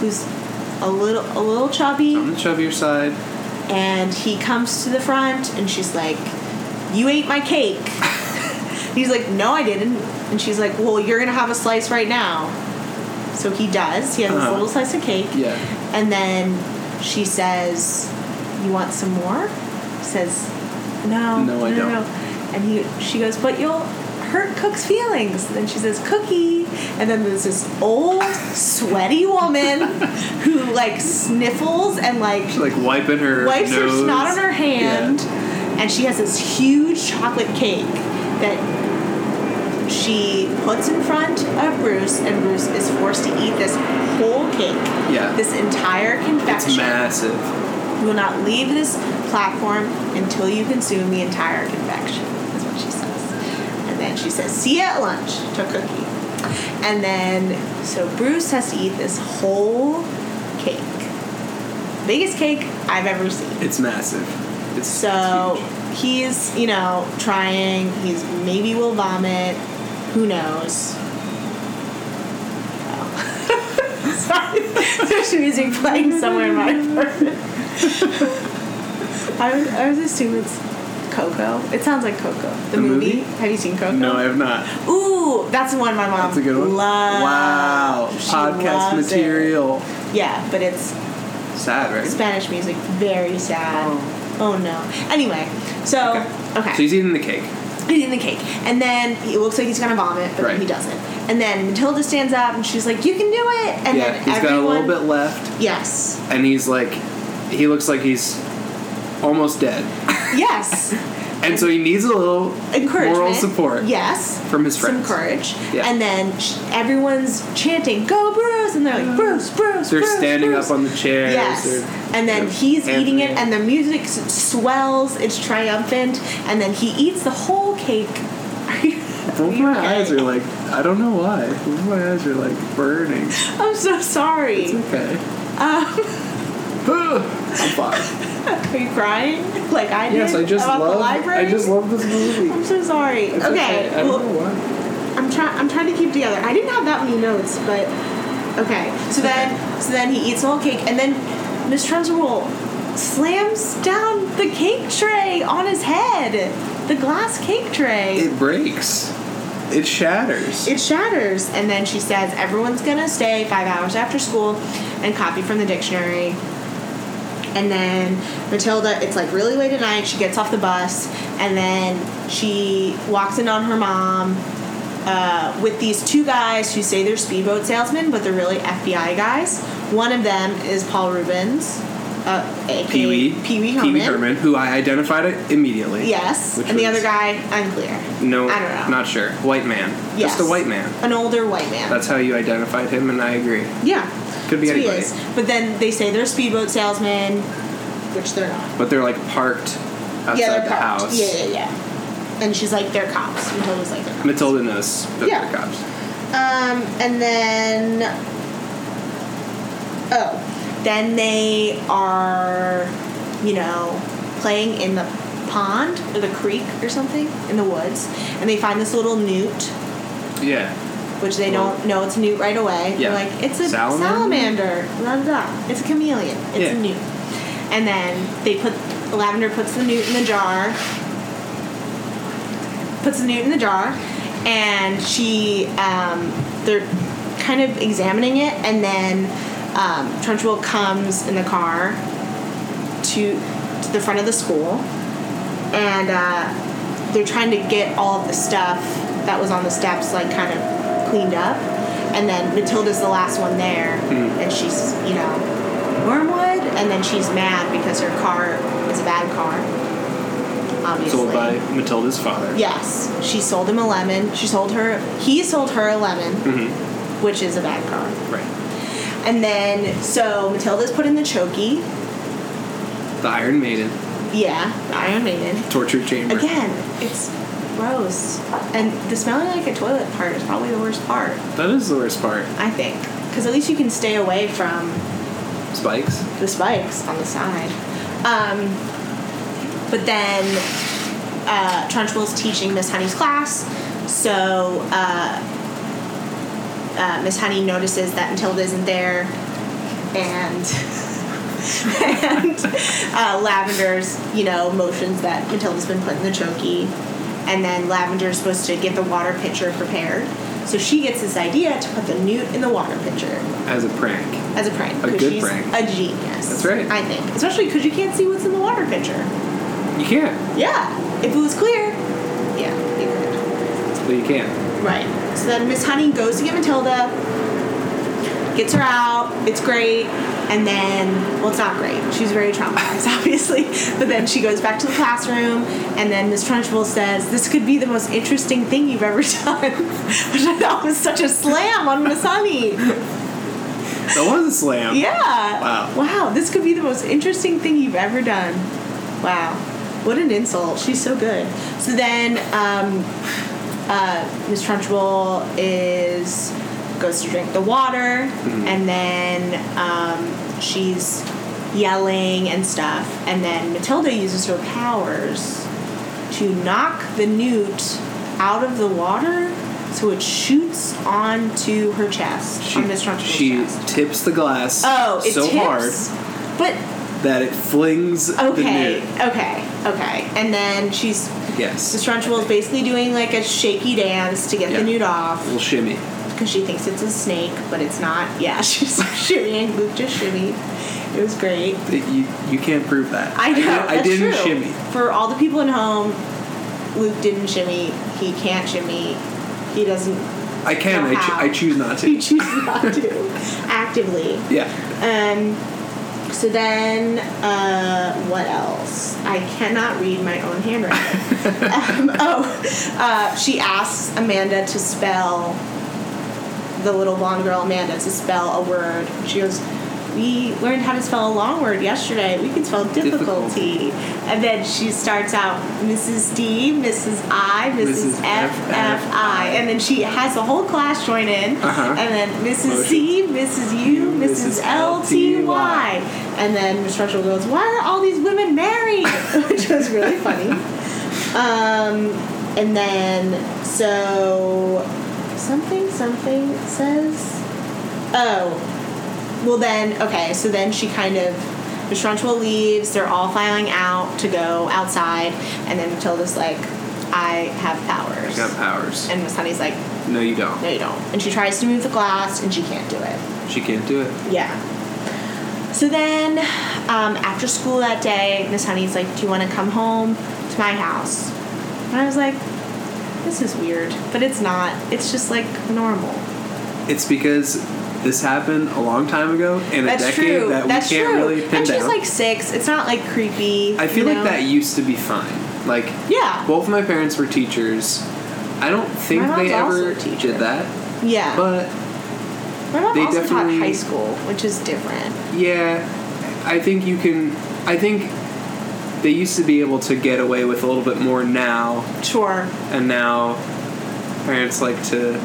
who's a little a little chubby On the chubbier side. and he comes to the front and she's like you ate my cake *laughs* he's like no i didn't and she's like well you're gonna have a slice right now so he does he has Uh-huh. this little slice of cake Yeah. and then she says you want some more he says no No, I don't." and he she goes but you'll hurt cook's feelings and then she says cookie and then there's this old sweaty woman *laughs* who like sniffles and like She's like wiping her wipes her nose. snot on her hand, and she has this huge chocolate cake that she puts in front of Bruce, and Bruce is forced to eat this whole cake. Yeah. This entire It's confection. massive. You will not leave this platform until you consume the entire confection. That's what she says. And then she says, "See you at lunch." To Cookie. And then so Bruce has to eat this whole cake, biggest cake I've ever seen. It's massive. It's So it's huge. he's, you know, trying. He's maybe will vomit. Who knows? *laughs* Oh. Sorry, there's music playing somewhere in my apartment. I would, I would assume it's Coco. It sounds like Coco. The, The movie? movie? Have you seen Coco? *laughs* No, I have not. Ooh, that's the one my mom That's a good one. loves. wow. She Podcast loves it. material. Yeah, but it's Sad, right? Spanish music. Very sad. Oh, no. Anyway, so okay. So he's eating the cake. eating the cake. And then it looks like he's gonna vomit, but Right. then he doesn't. And then Matilda stands up and she's like, "You can do it!" And yeah, then he's got a everyone, little bit left, Yes, and he's like, he looks like he's almost dead. yes. And so he needs a little encouragement, moral support. Yes, from his friends. Some courage, Yeah. and then sh- everyone's chanting "Go Bruce!" and they're like "Bruce, Bruce." They're Bruce, standing Bruce." up on the chairs. Yes, they're- and then they're he's eating it, Anthony. and the music s- swells. It's triumphant, and then he eats the whole cake. *laughs* Both my eyes are like, I don't know why. Both my eyes are like burning. I'm so sorry. *laughs* Okay. Um. I'm fine. Are you crying like I did Yes, I just about love. the library? I just love this movie. I'm so sorry. It's okay, I well, don't know why. I'm trying. I'm trying to keep together. I didn't have that many notes, but okay. So then, so then he eats the whole cake, and then Miss Trunchbull slams down the cake tray on his head. The glass cake tray. It, It breaks. It shatters. shatters, and then she says, "Everyone's gonna stay five hours after school and copy from the dictionary." And then Matilda, it's like really late at night. She gets off the bus, and then she walks in on her mom, uh, with these two guys who say they're speedboat salesmen, but they're really FBI guys. One of them is Paul Rubens, uh, aka Pee Wee. Pee Wee Pee Herman. Wee Herman, who I identified it immediately. Yes, Which and the was- other guy, unclear. No, I don't know. Not sure. White man. Yes. Just a white man. an older white man. That's how you identified him, and I agree. yeah, Could be So he anybody. is. But then they say they're speedboat salesmen, which they're not. But they're like parked outside yeah, they're the parked. house. Yeah, yeah, yeah. And she's like, they're cops. Matilda's like, they're cops. Matilda knows that Yeah. they're cops. Um, and then oh, then they are, you know, playing in the pond or the creek or something in the woods, and they find this little newt, Yeah. which they don't know it's a newt right away. Yeah. They're like, it's a Salamander? salamander, blah, blah, blah. It's a chameleon. It's Yeah. a newt. And then they put lavender puts the newt in the jar. Puts the newt in the jar, and she um, they're kind of examining it, and then um, Trunchbull comes in the car to to the front of the school, and uh, they're trying to get all of the stuff that was on the steps like kind of cleaned up and then matilda's the last one there Hmm. and she's you know wormwood and then she's mad because her car is a bad car obviously Sold by Matilda's father. yes she sold him a lemon she sold her he sold her a lemon Mm-hmm. which is a bad car Right. and then so matilda's put in the chokey The Iron Maiden. yeah the iron maiden Torture chamber. Again, it's gross. And the smelling like a toilet part is probably the worst part, That is the worst part. I think. Because at least you can stay away from Spikes. the spikes on the side. Um, but then uh, Trunchbull's teaching Miss Honey's class, so uh, uh, Miss Honey notices that Matilda isn't there, and. *laughs* and uh, Lavender's, you know, motions that Matilda's been put in the chokey, and then Lavender's supposed to get the water pitcher prepared. So she gets this idea to put the newt in the water pitcher As a prank. as a prank. A 'cause good she's prank. A genius. That's right. I think, especially because you can't see what's in the water pitcher. You can't. Yeah, if it was clear. Yeah, you could. But you can't. Right. So then Miss Honey goes to get Matilda, gets her out. It's great. And then, well, it's not great. She's very traumatized, *laughs* obviously. But then she goes back to the classroom, and then Miss Trunchbull says, "This could be the most interesting thing you've ever *laughs* done," which I thought was such a slam on Miss Honey. That was a slam. Yeah. Wow. Wow, this could be the most interesting thing you've ever done. Wow. What an insult. She's so good. So then um, uh, Miss Trunchbull is goes to drink the water Mm-hmm. and then um, she's yelling and stuff and then Matilda uses her powers to knock the newt out of the water so it shoots onto her chest She, on Miss Trunchbull's she chest. tips the glass Oh, it so tips. hard. But hard that it flings okay, the nude. okay, okay. And then she's Yes. Miss Trunchbull is basically doing like a shaky dance to get Yeah. the nude off little shimmy. because she thinks it's a snake, but it's not. Yeah, *laughs* she's shimmying, Luke just shimmy. It was great. It- you, you can't prove that. I know. did- that's I didn't true. shimmy. For all the people at home, Luke didn't shimmy. He can't shimmy. He doesn't. *laughs* I can. know I, cho- how. *laughs* I choose not He to. chooses not to actively. Yeah. Um, So then, uh, what else? I cannot read my own *laughs* handwriting. um, oh, uh, she asks Amanda to spell the little blonde girl Amanda to spell a word. She goes, "We learned how to spell a long word yesterday. We can spell difficulty." And then she starts out Mrs. D, Mrs. I, Mrs. Mrs. F, F, F, I, and then she has the whole class join in, Uh-huh. and then Mrs. C, Mrs. U, Mrs. L T Y, and then Miss Marshall goes, "Why are all these women married?" *laughs* Which was really funny. Um, and then so something something says, oh, well then okay. So then she kind of Miss Trunchbull leaves. They're all filing out to go outside, and then Matilda's like, "I have powers," Got powers. and Miss Honey's like, No, you don't. "No, you don't." And she tries to move the glass, and she can't do it. She can't do it. Yeah. So then, um, after school that day, Miss Honey's like, "Do you want to come home to my house?" And I was like, "This is weird, but it's not. It's just like normal." It's because this happened a long time ago in a That's decade true. that That's we can't true. really pin and down. she's like six. It's not like creepy. I feel you like know? that used to be fine. Like Yeah. both my parents were teachers. I don't think My mom's they also a ever teacher. did that, yeah. but My mom they also definitely- taught high school, which is different. Yeah, I think you can. I think they used to be able to get away with a little bit more now, Sure. *laughs* and now parents like to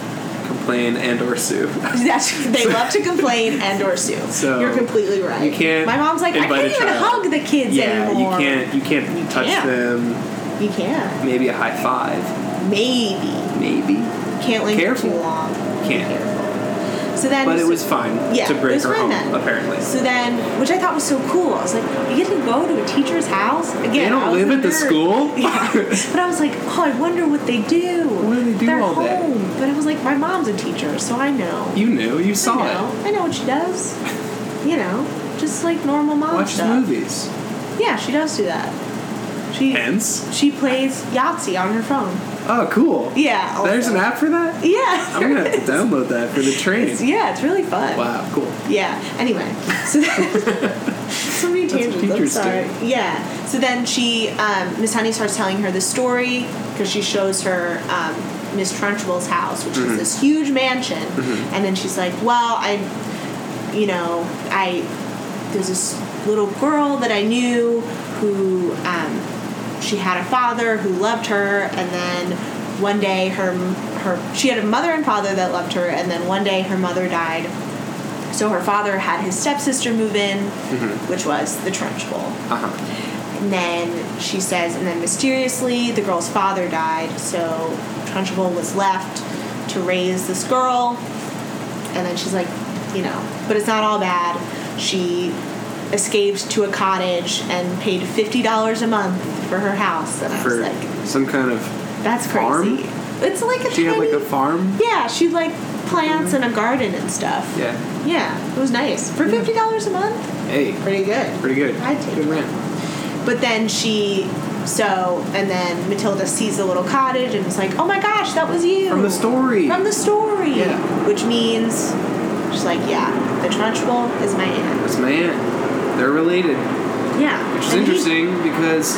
complain and or sue. That's, they love to complain and or sue. So, You're completely right. you can't My mom's like, I can't invite a even child." hug the kids yeah, anymore. you can't. You can't touch can't. them. You can't. Maybe a high five. Maybe. Maybe. Can't linger Careful. too long. Can't. Careful. So then, But it was fine Yeah, to it bring was her fine home. then. Apparently, So then, which I thought was so cool. I was like, you get to go to a teacher's house again. they I don't was live a at the nerd. *laughs* school. Yeah. but I was like, oh, I wonder what they do. What do they do They're all day? home. But I was like, my mom's a teacher, so I know. you knew. You I saw know. I know what she does. *laughs* You know, just like normal it. mom Watch the stuff. movies. Yeah, she does do that. She Hence. she plays Yahtzee on her phone. Oh, cool. Yeah. also. There's an app for that. Yeah. I'm *laughs* gonna have to there is. download that for the train. It's- *laughs* yeah, it's really fun. Wow, cool. Yeah. Anyway, so so many what tangents. I'm teachers do. sorry. Yeah. So then she, um, Miss Honey, starts telling her the story because she shows her um, Miss Trunchbull's house, which is this huge mansion, and then she's like, "Well, I, you know, I there's this little girl that I knew who um, she had a father who loved her, and then one day her her she had a mother and father that loved her, and then one day her mother died. So her father had his stepsister move in, which was the trench bowl. Mm-hmm. Uh-huh. And then she says, and then mysteriously, the girl's father died, so Trunchbull was left to raise this girl. And then she's like, you know, but it's not all bad. She escaped to a cottage and paid $50 a month for her house. And I was For like, some kind of that's crazy. farm? It's like a she had like tiny- a farm. yeah, she like plants and a garden and stuff. Yeah. Yeah, it was nice. For $50 a month? Hey, Pretty good. Mm. pretty good. I'd take good that. man. But then she, so, and then Matilda sees the little cottage and is like, oh my gosh, that was you. From the story. From the story. Yeah. Which means she's like, yeah, the Trunchbull is my aunt. That's my aunt. They're related, Yeah. which is And he- interesting because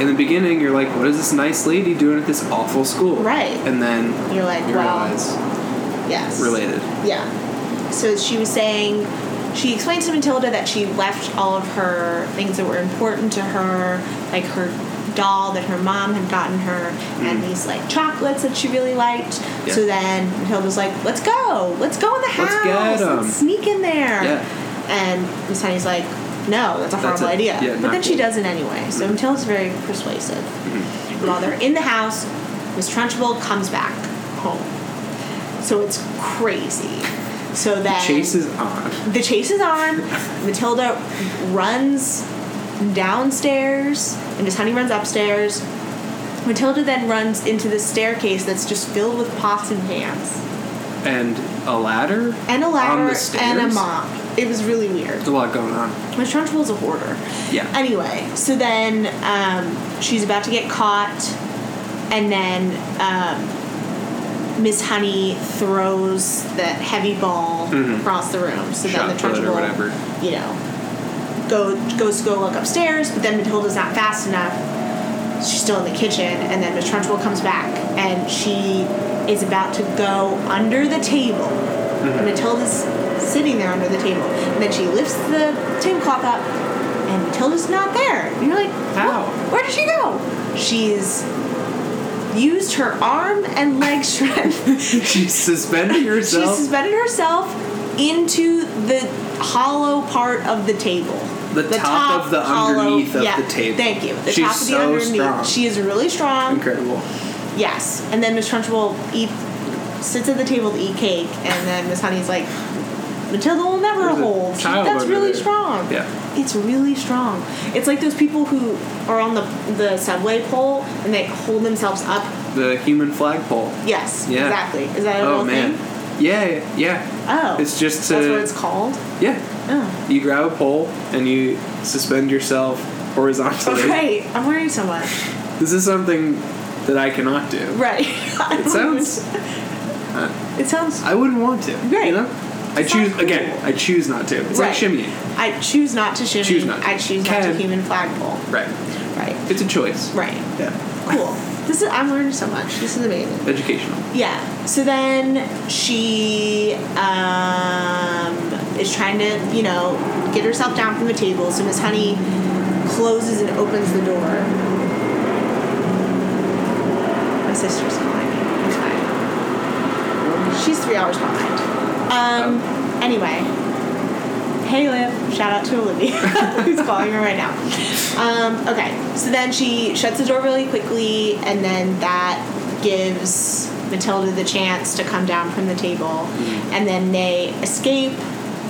in the beginning you're like, what is this nice lady doing at this awful school? Right. And then You're like, you wow. realize yes. related. Yeah. So she was saying, she explained to Matilda that she left all of her things that were important to her, like her doll that her mom had gotten her, and these like chocolates that she really liked. Mm. Yeah. So then Matilda's like, "Let's go, let's go in the Let's house, get 'em." let's sneak in there." Yeah. And Miss Honey's like, "No, that's a That's horrible a- idea." yeah, but not Mm. then she cool. does it anyway. So Matilda's very persuasive. Mm-hmm. While they're in the house, Miss Trunchbull comes back home. So it's crazy. So then Chase is on. the chase is on. Matilda runs downstairs, and Miss Honey runs upstairs. Matilda then runs into the staircase that's just filled with pots and pans, And a ladder? and a On ladder, the stairs? and a mop. It was really weird. There's a lot going on. *laughs* Miss Trunchbull's a hoarder. Yeah. Anyway, so then um, she's about to get caught, and then um, Miss Honey throws that heavy ball across the room. So Mm-hmm. Shot then the put or Trunchbull, whatever. you know, go goes to go look upstairs, but then Matilda's not fast enough. She's still in the kitchen, and then Miss Trunchbull comes back, and she is about to go under the table. And Matilda's sitting there under the table, and then she lifts the tablecloth up, and Matilda's not there. And you're like, Wow. "Wh- Where did she go? She's used her arm and leg strength *laughs* She's suspending herself. She suspended herself into the hollow part of the table. The top of the underneath of the table. Thank you. The She's top of the so underneath. strong. She is really strong. Incredible. Yes. And then Miss Trunchbull eat, sits at the table to eat cake, and then Miss Honey's like, Matilda will never There's a hold. She- child That's under really there." strong. Yeah. It's really strong. It's like those people who are on the the subway pole and they hold themselves up. The human flagpole. Yes. Yeah. Exactly. Is that a Oh real man. thing? Yeah, yeah. Oh. It's just to That's what it's called. yeah. Oh. You grab a pole and you suspend yourself horizontally. Oh, *laughs* Right. I'm learning so much. This is something that I cannot do. *laughs* Right. I It sounds. It sounds. I wouldn't want to. Right. You know. I Sounds choose cool. again. I choose not to. It's Right. like shimmying. I choose not to shimmy. Choose not to. I choose not Can. to human flagpole. Right. Right. It's a choice. Right. Yeah. Cool. This is. I'm learning so much. This is amazing. Educational. Yeah. So then she um, is trying to, you know, get herself down from the table. So Miss Honey closes and opens the door. My sister's calling me. It's fine. She's three hours behind. Um, Anyway. Hey, Liv. Shout out to Olivia, *laughs* who's calling her right now. Um, okay. So then she shuts the door really quickly, and then that gives Matilda the chance to come down from the table, Mm-hmm. and then they escape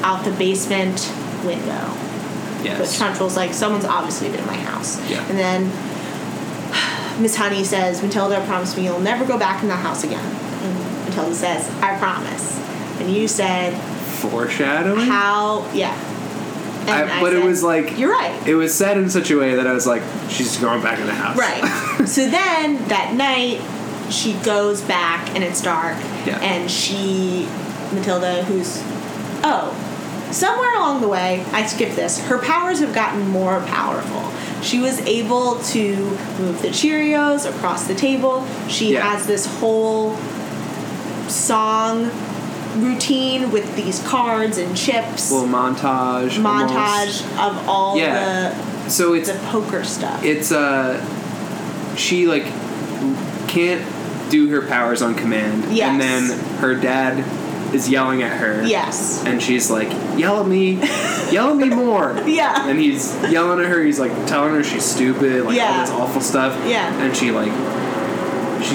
out the basement window. But Yes. Trunchbull's like, someone's obviously been in my house. Yeah. And then *sighs* Miss Honey says, Matilda promised me you'll never go back in the house again. And Matilda says, I promise. And you said, Foreshadowing. how yeah And Mm-hmm. I- but it said, was like you're right It was said in such a way that I was like, she's going back in the house. *laughs* right so then that night she goes back and it's dark Yeah. and she matilda who's oh somewhere along the way i skipped this her powers have gotten more powerful she was able to move the cheerios across the table she Yeah. has this whole song routine with these cards and chips Little montage. montage almost. of all Yeah. So the it's the poker stuff. it's uh she like can't do her powers on command. Yes. And then her dad is yelling at her. yes. And she's like, yell at me, yell at me more. *laughs* Yeah. And he's yelling at her. He's like telling her she's stupid, like all Yeah. this awful stuff. Yeah. And she like, she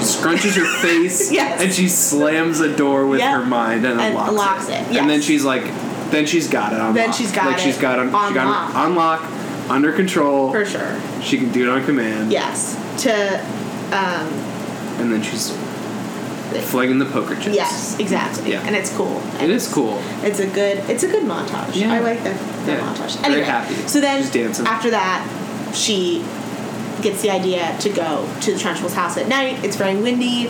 *laughs* scrunches her face. Yes. And she slams a door with Yep. her mind and, And unlocks, locks it, yes. And then she's like, then she's got it unlocked. Then she's got like it she's got it she got it unlocked, under control. For sure. She can do it on command. Yes. To And then she's flinging the poker chips. yes, exactly. Yeah. And it's cool. It is cool. It's a good it's a good montage. Yeah. I like that, that Yeah. montage. Very Anyway, happy. So then She's dancing. after that, she gets the idea to go to the Trunchbull's house at night. It's very windy.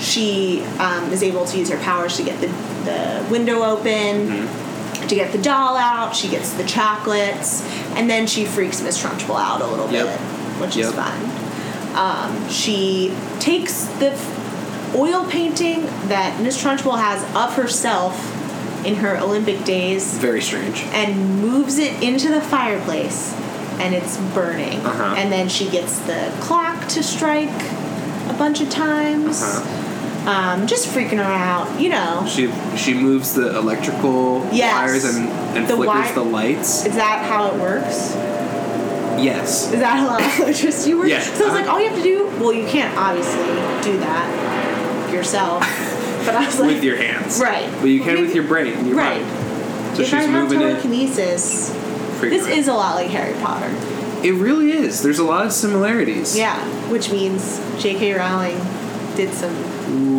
She um, is able to use her powers to get the, the window open, Mm-hmm. to get the doll out. She gets the chocolates, and then she freaks Miss Trunchbull out a little Yep. bit, which is Yep. fun. Um, she takes the f- oil painting that Miss Trunchbull has of herself in her Olympic days Very strange. and moves it into the fireplace and it's burning. Uh-huh. And then she gets the clock to strike a bunch of times. Uh-huh. Um, just freaking her out, you know. She she moves the electrical Yes. wires and, and The flickers wi- the lights. Is that how it works? Yes. Is that *laughs* how electricity works? Yeah. So I was like, all you have to do, well, you can't obviously do that yourself. But I was like, With your hands. Right. But you Well, can maybe- with your brain. and Your right. Mind. So if she's I have moving it. telekinesis, freaking this out. is a lot like Harry Potter. It really is. There's a lot of similarities. Yeah, which means J.K. Rowling did some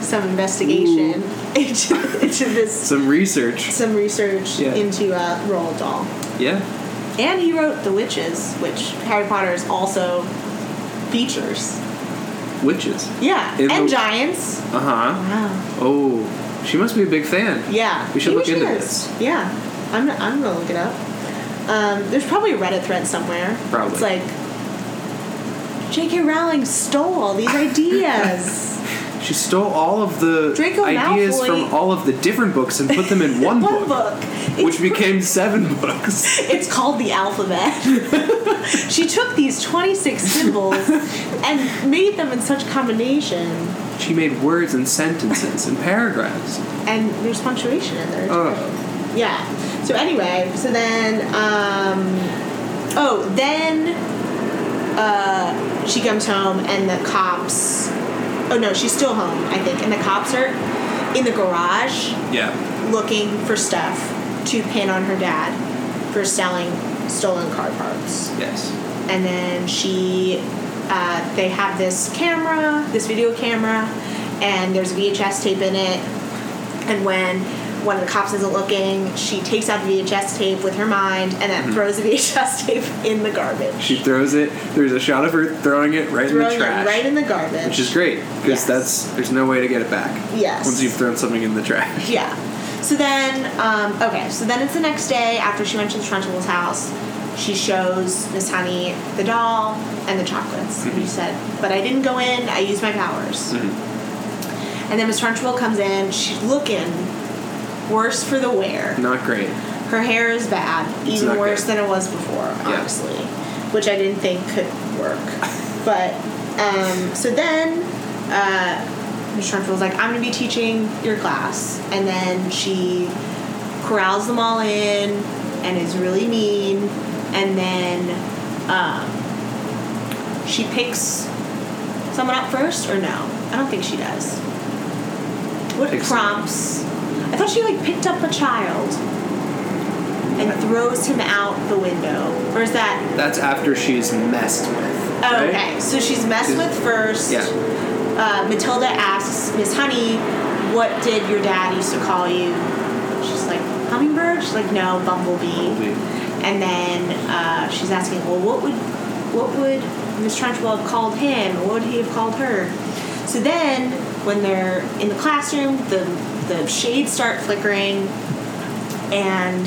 some investigation *laughs* into, into this, Some research. some research Yeah. into uh, Roald Dahl, Yeah. and he wrote The Witches, which Harry Potter is also features. Witches. Yeah, In and the- giants. Uh huh. Wow. Oh, she must be a big fan. Yeah, We should maybe look she into is. Yeah, I'm I'm gonna look it up. Um, there's probably a Reddit thread somewhere. Probably. It's like, J.K. Rowling stole all *laughs* these ideas. She stole all of the Draco ideas Malfoy- from all of the different books and put *laughs* them in one, One book, book. which became seven *laughs* books. It's called the *laughs* alphabet. she took these 26 symbols and made them in such combination. She made words and sentences and paragraphs. Oh, and there's punctuation in there. Ugh. Yeah. So anyway, so then, um, oh, then uh, she comes home and the cops. Oh no, she's still home, I think, and the cops are in the garage Yeah. looking for stuff to pin on her dad for selling stolen car parts Yes. and then she uh, they have this camera this video camera and there's a vhs tape in it and when one of the cops isn't looking she takes out the vhs tape with her mind and then Mm-hmm. throws the vhs *laughs* tape in the garbage She throws it. There's a shot of her throwing it right in throwing the trash, it right in the garbage which is great Yes. because that's there's no way to get it back. Yes. Once you've thrown something in the trash. *laughs* Yeah. So then, um, okay. So then it's the next day after she went to the Trunchbull's house. She shows Miss Honey the doll and the chocolates. And she said, "But I didn't go in. I used my powers." And then Miss Trunchbull comes in. She's looking worse for the wear. Not great. Her hair is bad, It's even not worse good. than it was before, honestly, which I didn't think could *laughs* work. But um, so then, uh, Miss Trunchbull's like, "I'm going to be teaching your class," and then she corrals them all in and is really mean, and then um, she picks someone up first, or no? I don't think she does. What Picks someone. prompts? I thought she like picked up a child and throws him out the window. Or is that That's after she's messed with. oh, right? okay? So she's messed with first. Yeah. Uh, Matilda asks Miss Honey, "What did your dad used to call you?" She's like, "Hummingbird." She's like, "No, bumblebee." Bumblebee. And then uh, she's asking, "Well, what would what would Miss Trunchbull have called him? Or what would he have called her?" So then, when they're in the classroom, the the shades start flickering, and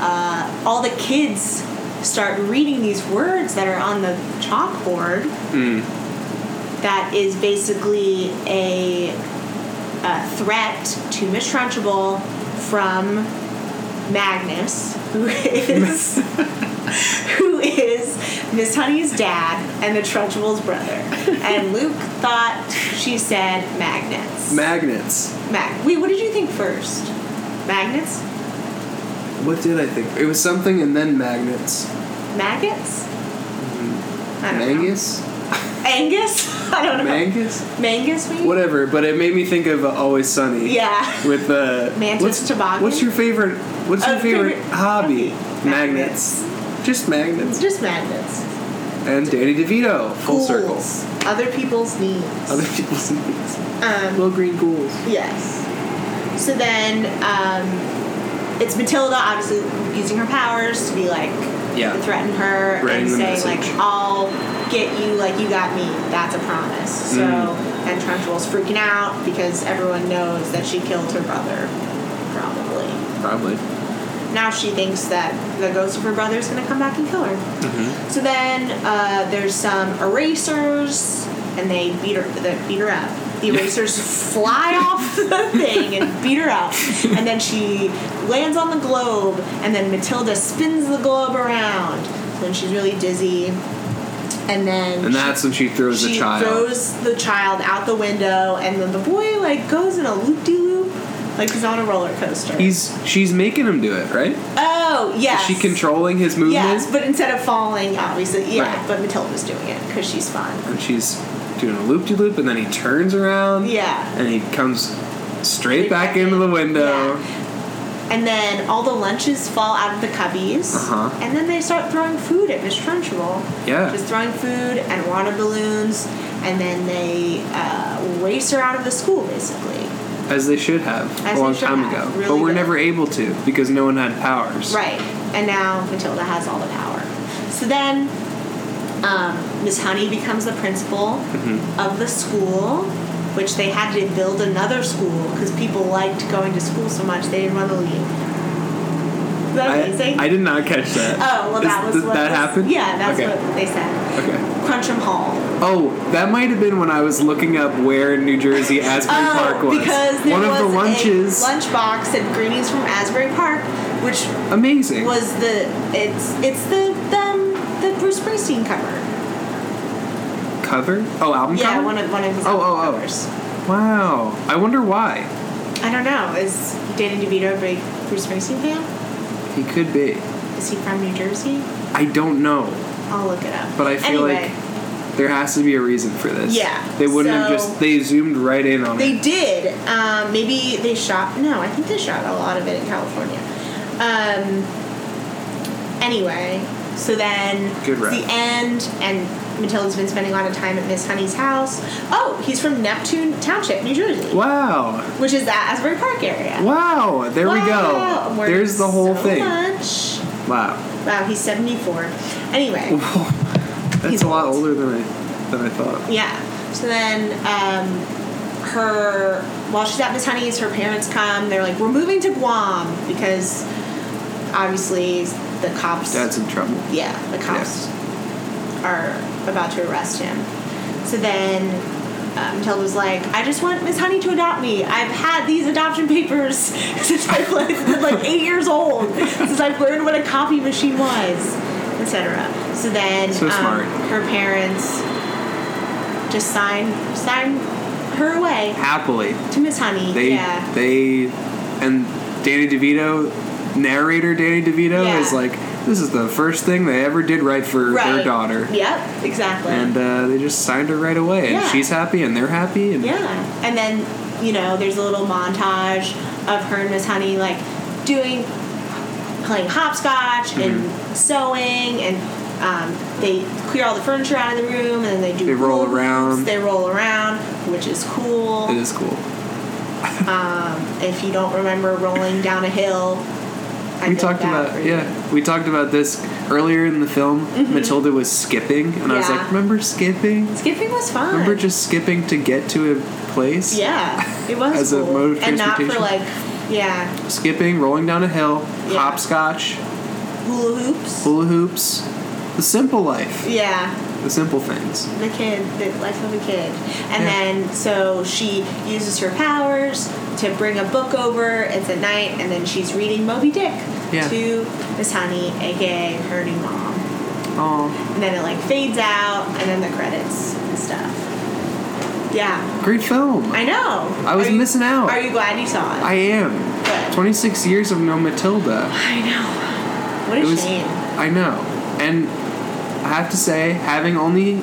uh, all the kids start reading these words that are on the chalkboard that is basically a, a threat to Miss Trunchbull from Magnus, who is who is Miss Honey's dad and the Trunchbull's brother. And Luke thought she said magnets. Magnets. Mag. Wait, what did you think first? Magnets? What did I think? It was something and then magnets. Maggots? I don't know. Mangus? Angus? *laughs* I don't know. Mangus? Mangus, maybe? Whatever, but it made me think of uh, Always Sunny. Yeah. With the Mantis what's, toboggan? What's your favorite? What's your Uh, favorite, favorite hobby? hobby. Magnets. Just magnets. It's just magnets. And Danny DeVito. Full circle. Ghouls. Other people's needs. Other people's *laughs* needs. Um, Little green ghouls. Yes. So then, um, it's Matilda obviously using her powers to be like, Yeah. threaten her and Writing the say like, message. "I'll get you like you got me." That's a Mm. promise. So and Trunchbull's freaking out because everyone knows that she killed her brother, probably. Probably. Now she thinks that the ghost of her brother is gonna come back and kill her. Mm-hmm. So then uh, there's some erasers, and they beat her. They beat her up. The erasers fly off the thing and beat her up, and then she lands on the globe, and then Matilda spins the globe around. So then she's really dizzy, and then And she- that's when she throws she the child. throws the child out the window, and then the boy like goes in a loop de loop, like he's on a roller coaster. He's she's making him do it, right? oh yes, Is she controlling his movement? Yes, but instead of falling, obviously, yeah. Right. But Matilda's doing it because she's fun. and she's doing a loop de loop, and then he turns around. Yeah. And he comes straight back into the window. Yeah. And then all the lunches fall out of the cubbies, Uh-huh. and then they start throwing food at Miss Trunchbull. Yeah. just throwing food and water balloons, and then they uh, race her out of the school, basically. As they should have As a long they should time have, ago. really but we're good. never able to because no one had powers. Right. And now Matilda has all the power. So then um, Miss Honey becomes the principal Mm-hmm. of the school, which they had to build another school because people liked going to school so much they didn't want to leave. Is that amazing? I, I did not catch that. oh, well, Is- that was th- what that was- happened. Yeah, that's okay. what they said. Okay. Crunchum Hall. Oh, that might have been when I was looking up where in New Jersey Asbury Oh, Park was. because there One was of the lunches. a lunchbox said greetings from Asbury Park, which amazing. was the it's it's the them the Bruce Springsteen cover. cover? Oh, album Yeah, cover? one of one of his Oh, album oh, oh. covers. wow. I wonder why. I don't know. Is Danny DeVito a big Bruce Springsteen fan? He could be. Is he from New Jersey? I don't know. I'll look it up. But I feel anyway, like there has to be a reason for this. Yeah, They wouldn't have so- just they zoomed right in on they it. did. Um, maybe they shot. No, I think they shot a lot of it in California. Um, anyway, so then Good it's the rep. end, and Matilda's been spending a lot of time at Miss Honey's house. Oh, he's from Neptune Township, New Jersey, Wow. which is that Asbury Park area. Wow. There Wow, we I'm go. learning There's the whole so thing. Much. Wow. Wow, he's 74. Anyway, That's He's a lot old. older than I than I thought. yeah. So then, um, her while she's at Miss Honey's, her parents come. They're like, "We're moving to Guam because obviously the cops." Dad's in trouble. yeah, the cops are about to arrest him. So then uh, Matilda's like, I just want Miss Honey to adopt me. I've had these adoption papers *laughs* since I was like eight years old, since I've learned what a copy machine was, etc. So then So um, smart. her parents just sign sign her away Happily. to Miss Honey. They yeah. they and Danny DeVito narrator Danny DeVito Yeah. is like, this is the first thing they ever did right for their Right. daughter. Yep, exactly. And uh, they just signed her right away, and Yeah. she's happy, and they're happy, and Yeah. And then, you know, there's a little montage of her and Miss Honey like doing playing hopscotch Mm-hmm. and sewing and um, they clear all the furniture out of the room and then they do They roll hula hoops, around. They roll around, which is cool. it is cool. If you don't remember rolling down a hill, I we did talked that for about you. Mm-hmm. yeah we talked about this earlier in the film matilda was skipping and i was Yeah. like remember skipping Skipping was fun. remember just skipping to get to a place yeah, it was *laughs* as a cool. mode of and not for transportation? like yeah skipping rolling down a hill Yeah. hopscotch hula hoops. hula hoops the simple life Yeah, the simple things the kid, the life of a kid. And Yeah. then, so she uses her powers to bring a book over. It's at night, and then she's reading Moby Dick Yeah. to Miss Honey, aka her new mom. oh And then it like fades out, and then the credits and stuff. Yeah, great film I know. I was Are you- missing out. Are you glad you saw it? I am Good. 26 years of no matilda I know. What it a was shame. i know and i have to say having only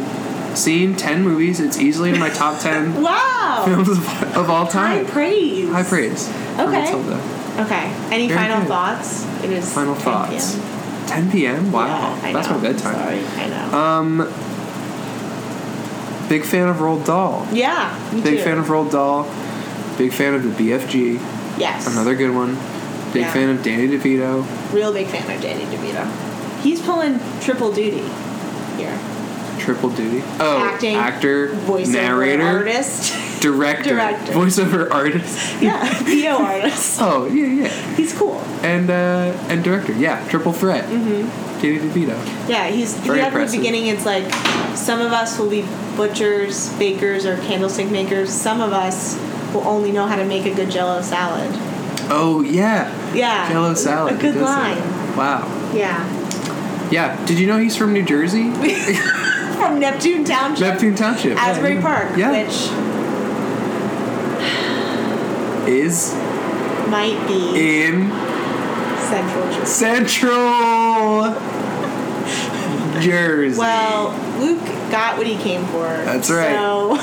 seen 10 movies it's easily in my *laughs* top 10 Wow. films of, of all High time. praise. High praise. for Okay. Matilda. Okay. Any Very final good. thoughts? It is Final 10 thoughts. p.m. 10 p.m. Wow, Yeah, I that's know. I'm my bedtime. Sorry, I know. Big fan of Roald Dahl. yeah, me Big too. fan of Roald Dahl. Big fan of the BFG. yes, Another good one. Big Yeah. fan of Danny DeVito. real big fan of Danny DeVito. He's pulling triple duty here: Triple duty. Oh, acting, actor, voiceover narrator, artist, *laughs* director, Director. voiceover *laughs* artist. yeah, PO artist. Oh yeah, yeah, He's cool. and uh, and director. Yeah, triple threat. Mm-hmm. Danny DeVito. Yeah, he's Very yeah, at the impressive. beginning. It's like some of us will be butchers, bakers, or candlestick makers. Some of us will only know how to make a good Jello salad. Oh yeah, Yeah, Jello salad. A He good does line. that. Wow. Yeah, Yeah. Did you know he's from New *laughs* Jersey? from Neptune Township, Neptune Township. yeah, Asbury yeah. Park, Yeah. which is might be in central. Jersey. *laughs* Central Jersey. Well, Luke got what he came for. That's right. So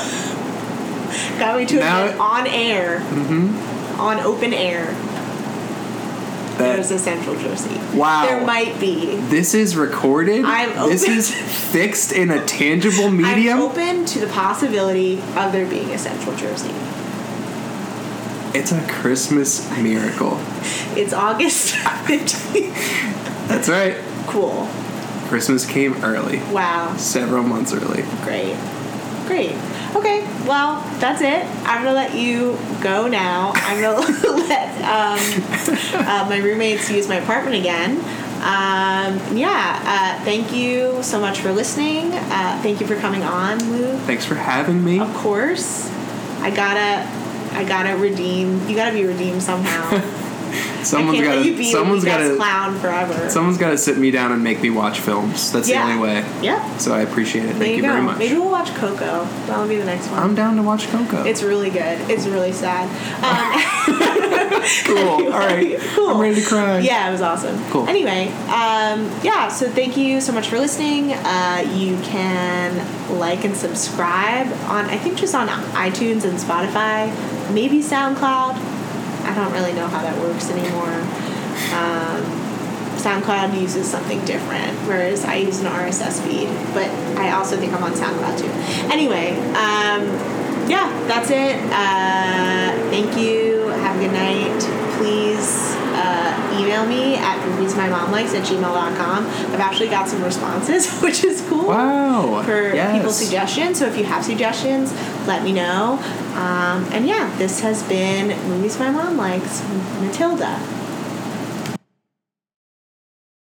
*laughs* got me to Now- admit on air, mm-hmm. on open air, there's a that, Central Jersey. Uh, Wow. There might be. this is recorded. I'm this open- is fixed in a tangible medium. I'm open to the possibility of there being a Central Jersey. It's a Christmas miracle. It's August *laughs* 15th. That's right. cool. Christmas came early, Wow. several months early. Great. Great. Okay, well, that's it. I'm gonna let you go now. I'm gonna *laughs* let um, uh, my roommates use my apartment again. Um, yeah, uh, thank you so much for listening. Uh, thank you for coming on, Lou. Thanks for having me. Of course, I gotta, I gotta redeem. You gotta be redeemed *laughs* somehow. I Someone's can't got let you to. be Someone's the got best to. clown forever. Someone's got to sit me down and make me watch films. That's Yeah. the only way. Yep. So I appreciate it. there Thank you you, go. very much. Maybe we'll watch Coco. That'll be the next one. I'm down to watch Coco. It's really good. It's really sad. Um, cool. *laughs* *laughs* All right. Cool. I'm ready to cry. Yeah, it was awesome. Cool. Anyway, um, yeah, so thank you so much for listening. Uh, you can like and subscribe on, I think just on iTunes and Spotify, maybe SoundCloud. I don't really know how that works anymore. Um, SoundCloud uses something different, whereas I use an RSS feed, but I also think I'm on SoundCloud too. Anyway, um, yeah, that's it. Uh, thank you. Have a good night. Please uh, email me at moviesmymomlikes at gmail.com. I've actually got some responses, *laughs* which is cool. Wow. For Yes. people's suggestions. So if you have suggestions, let me know. Um, and yeah, this has been Movies My Mom Likes, Matilda.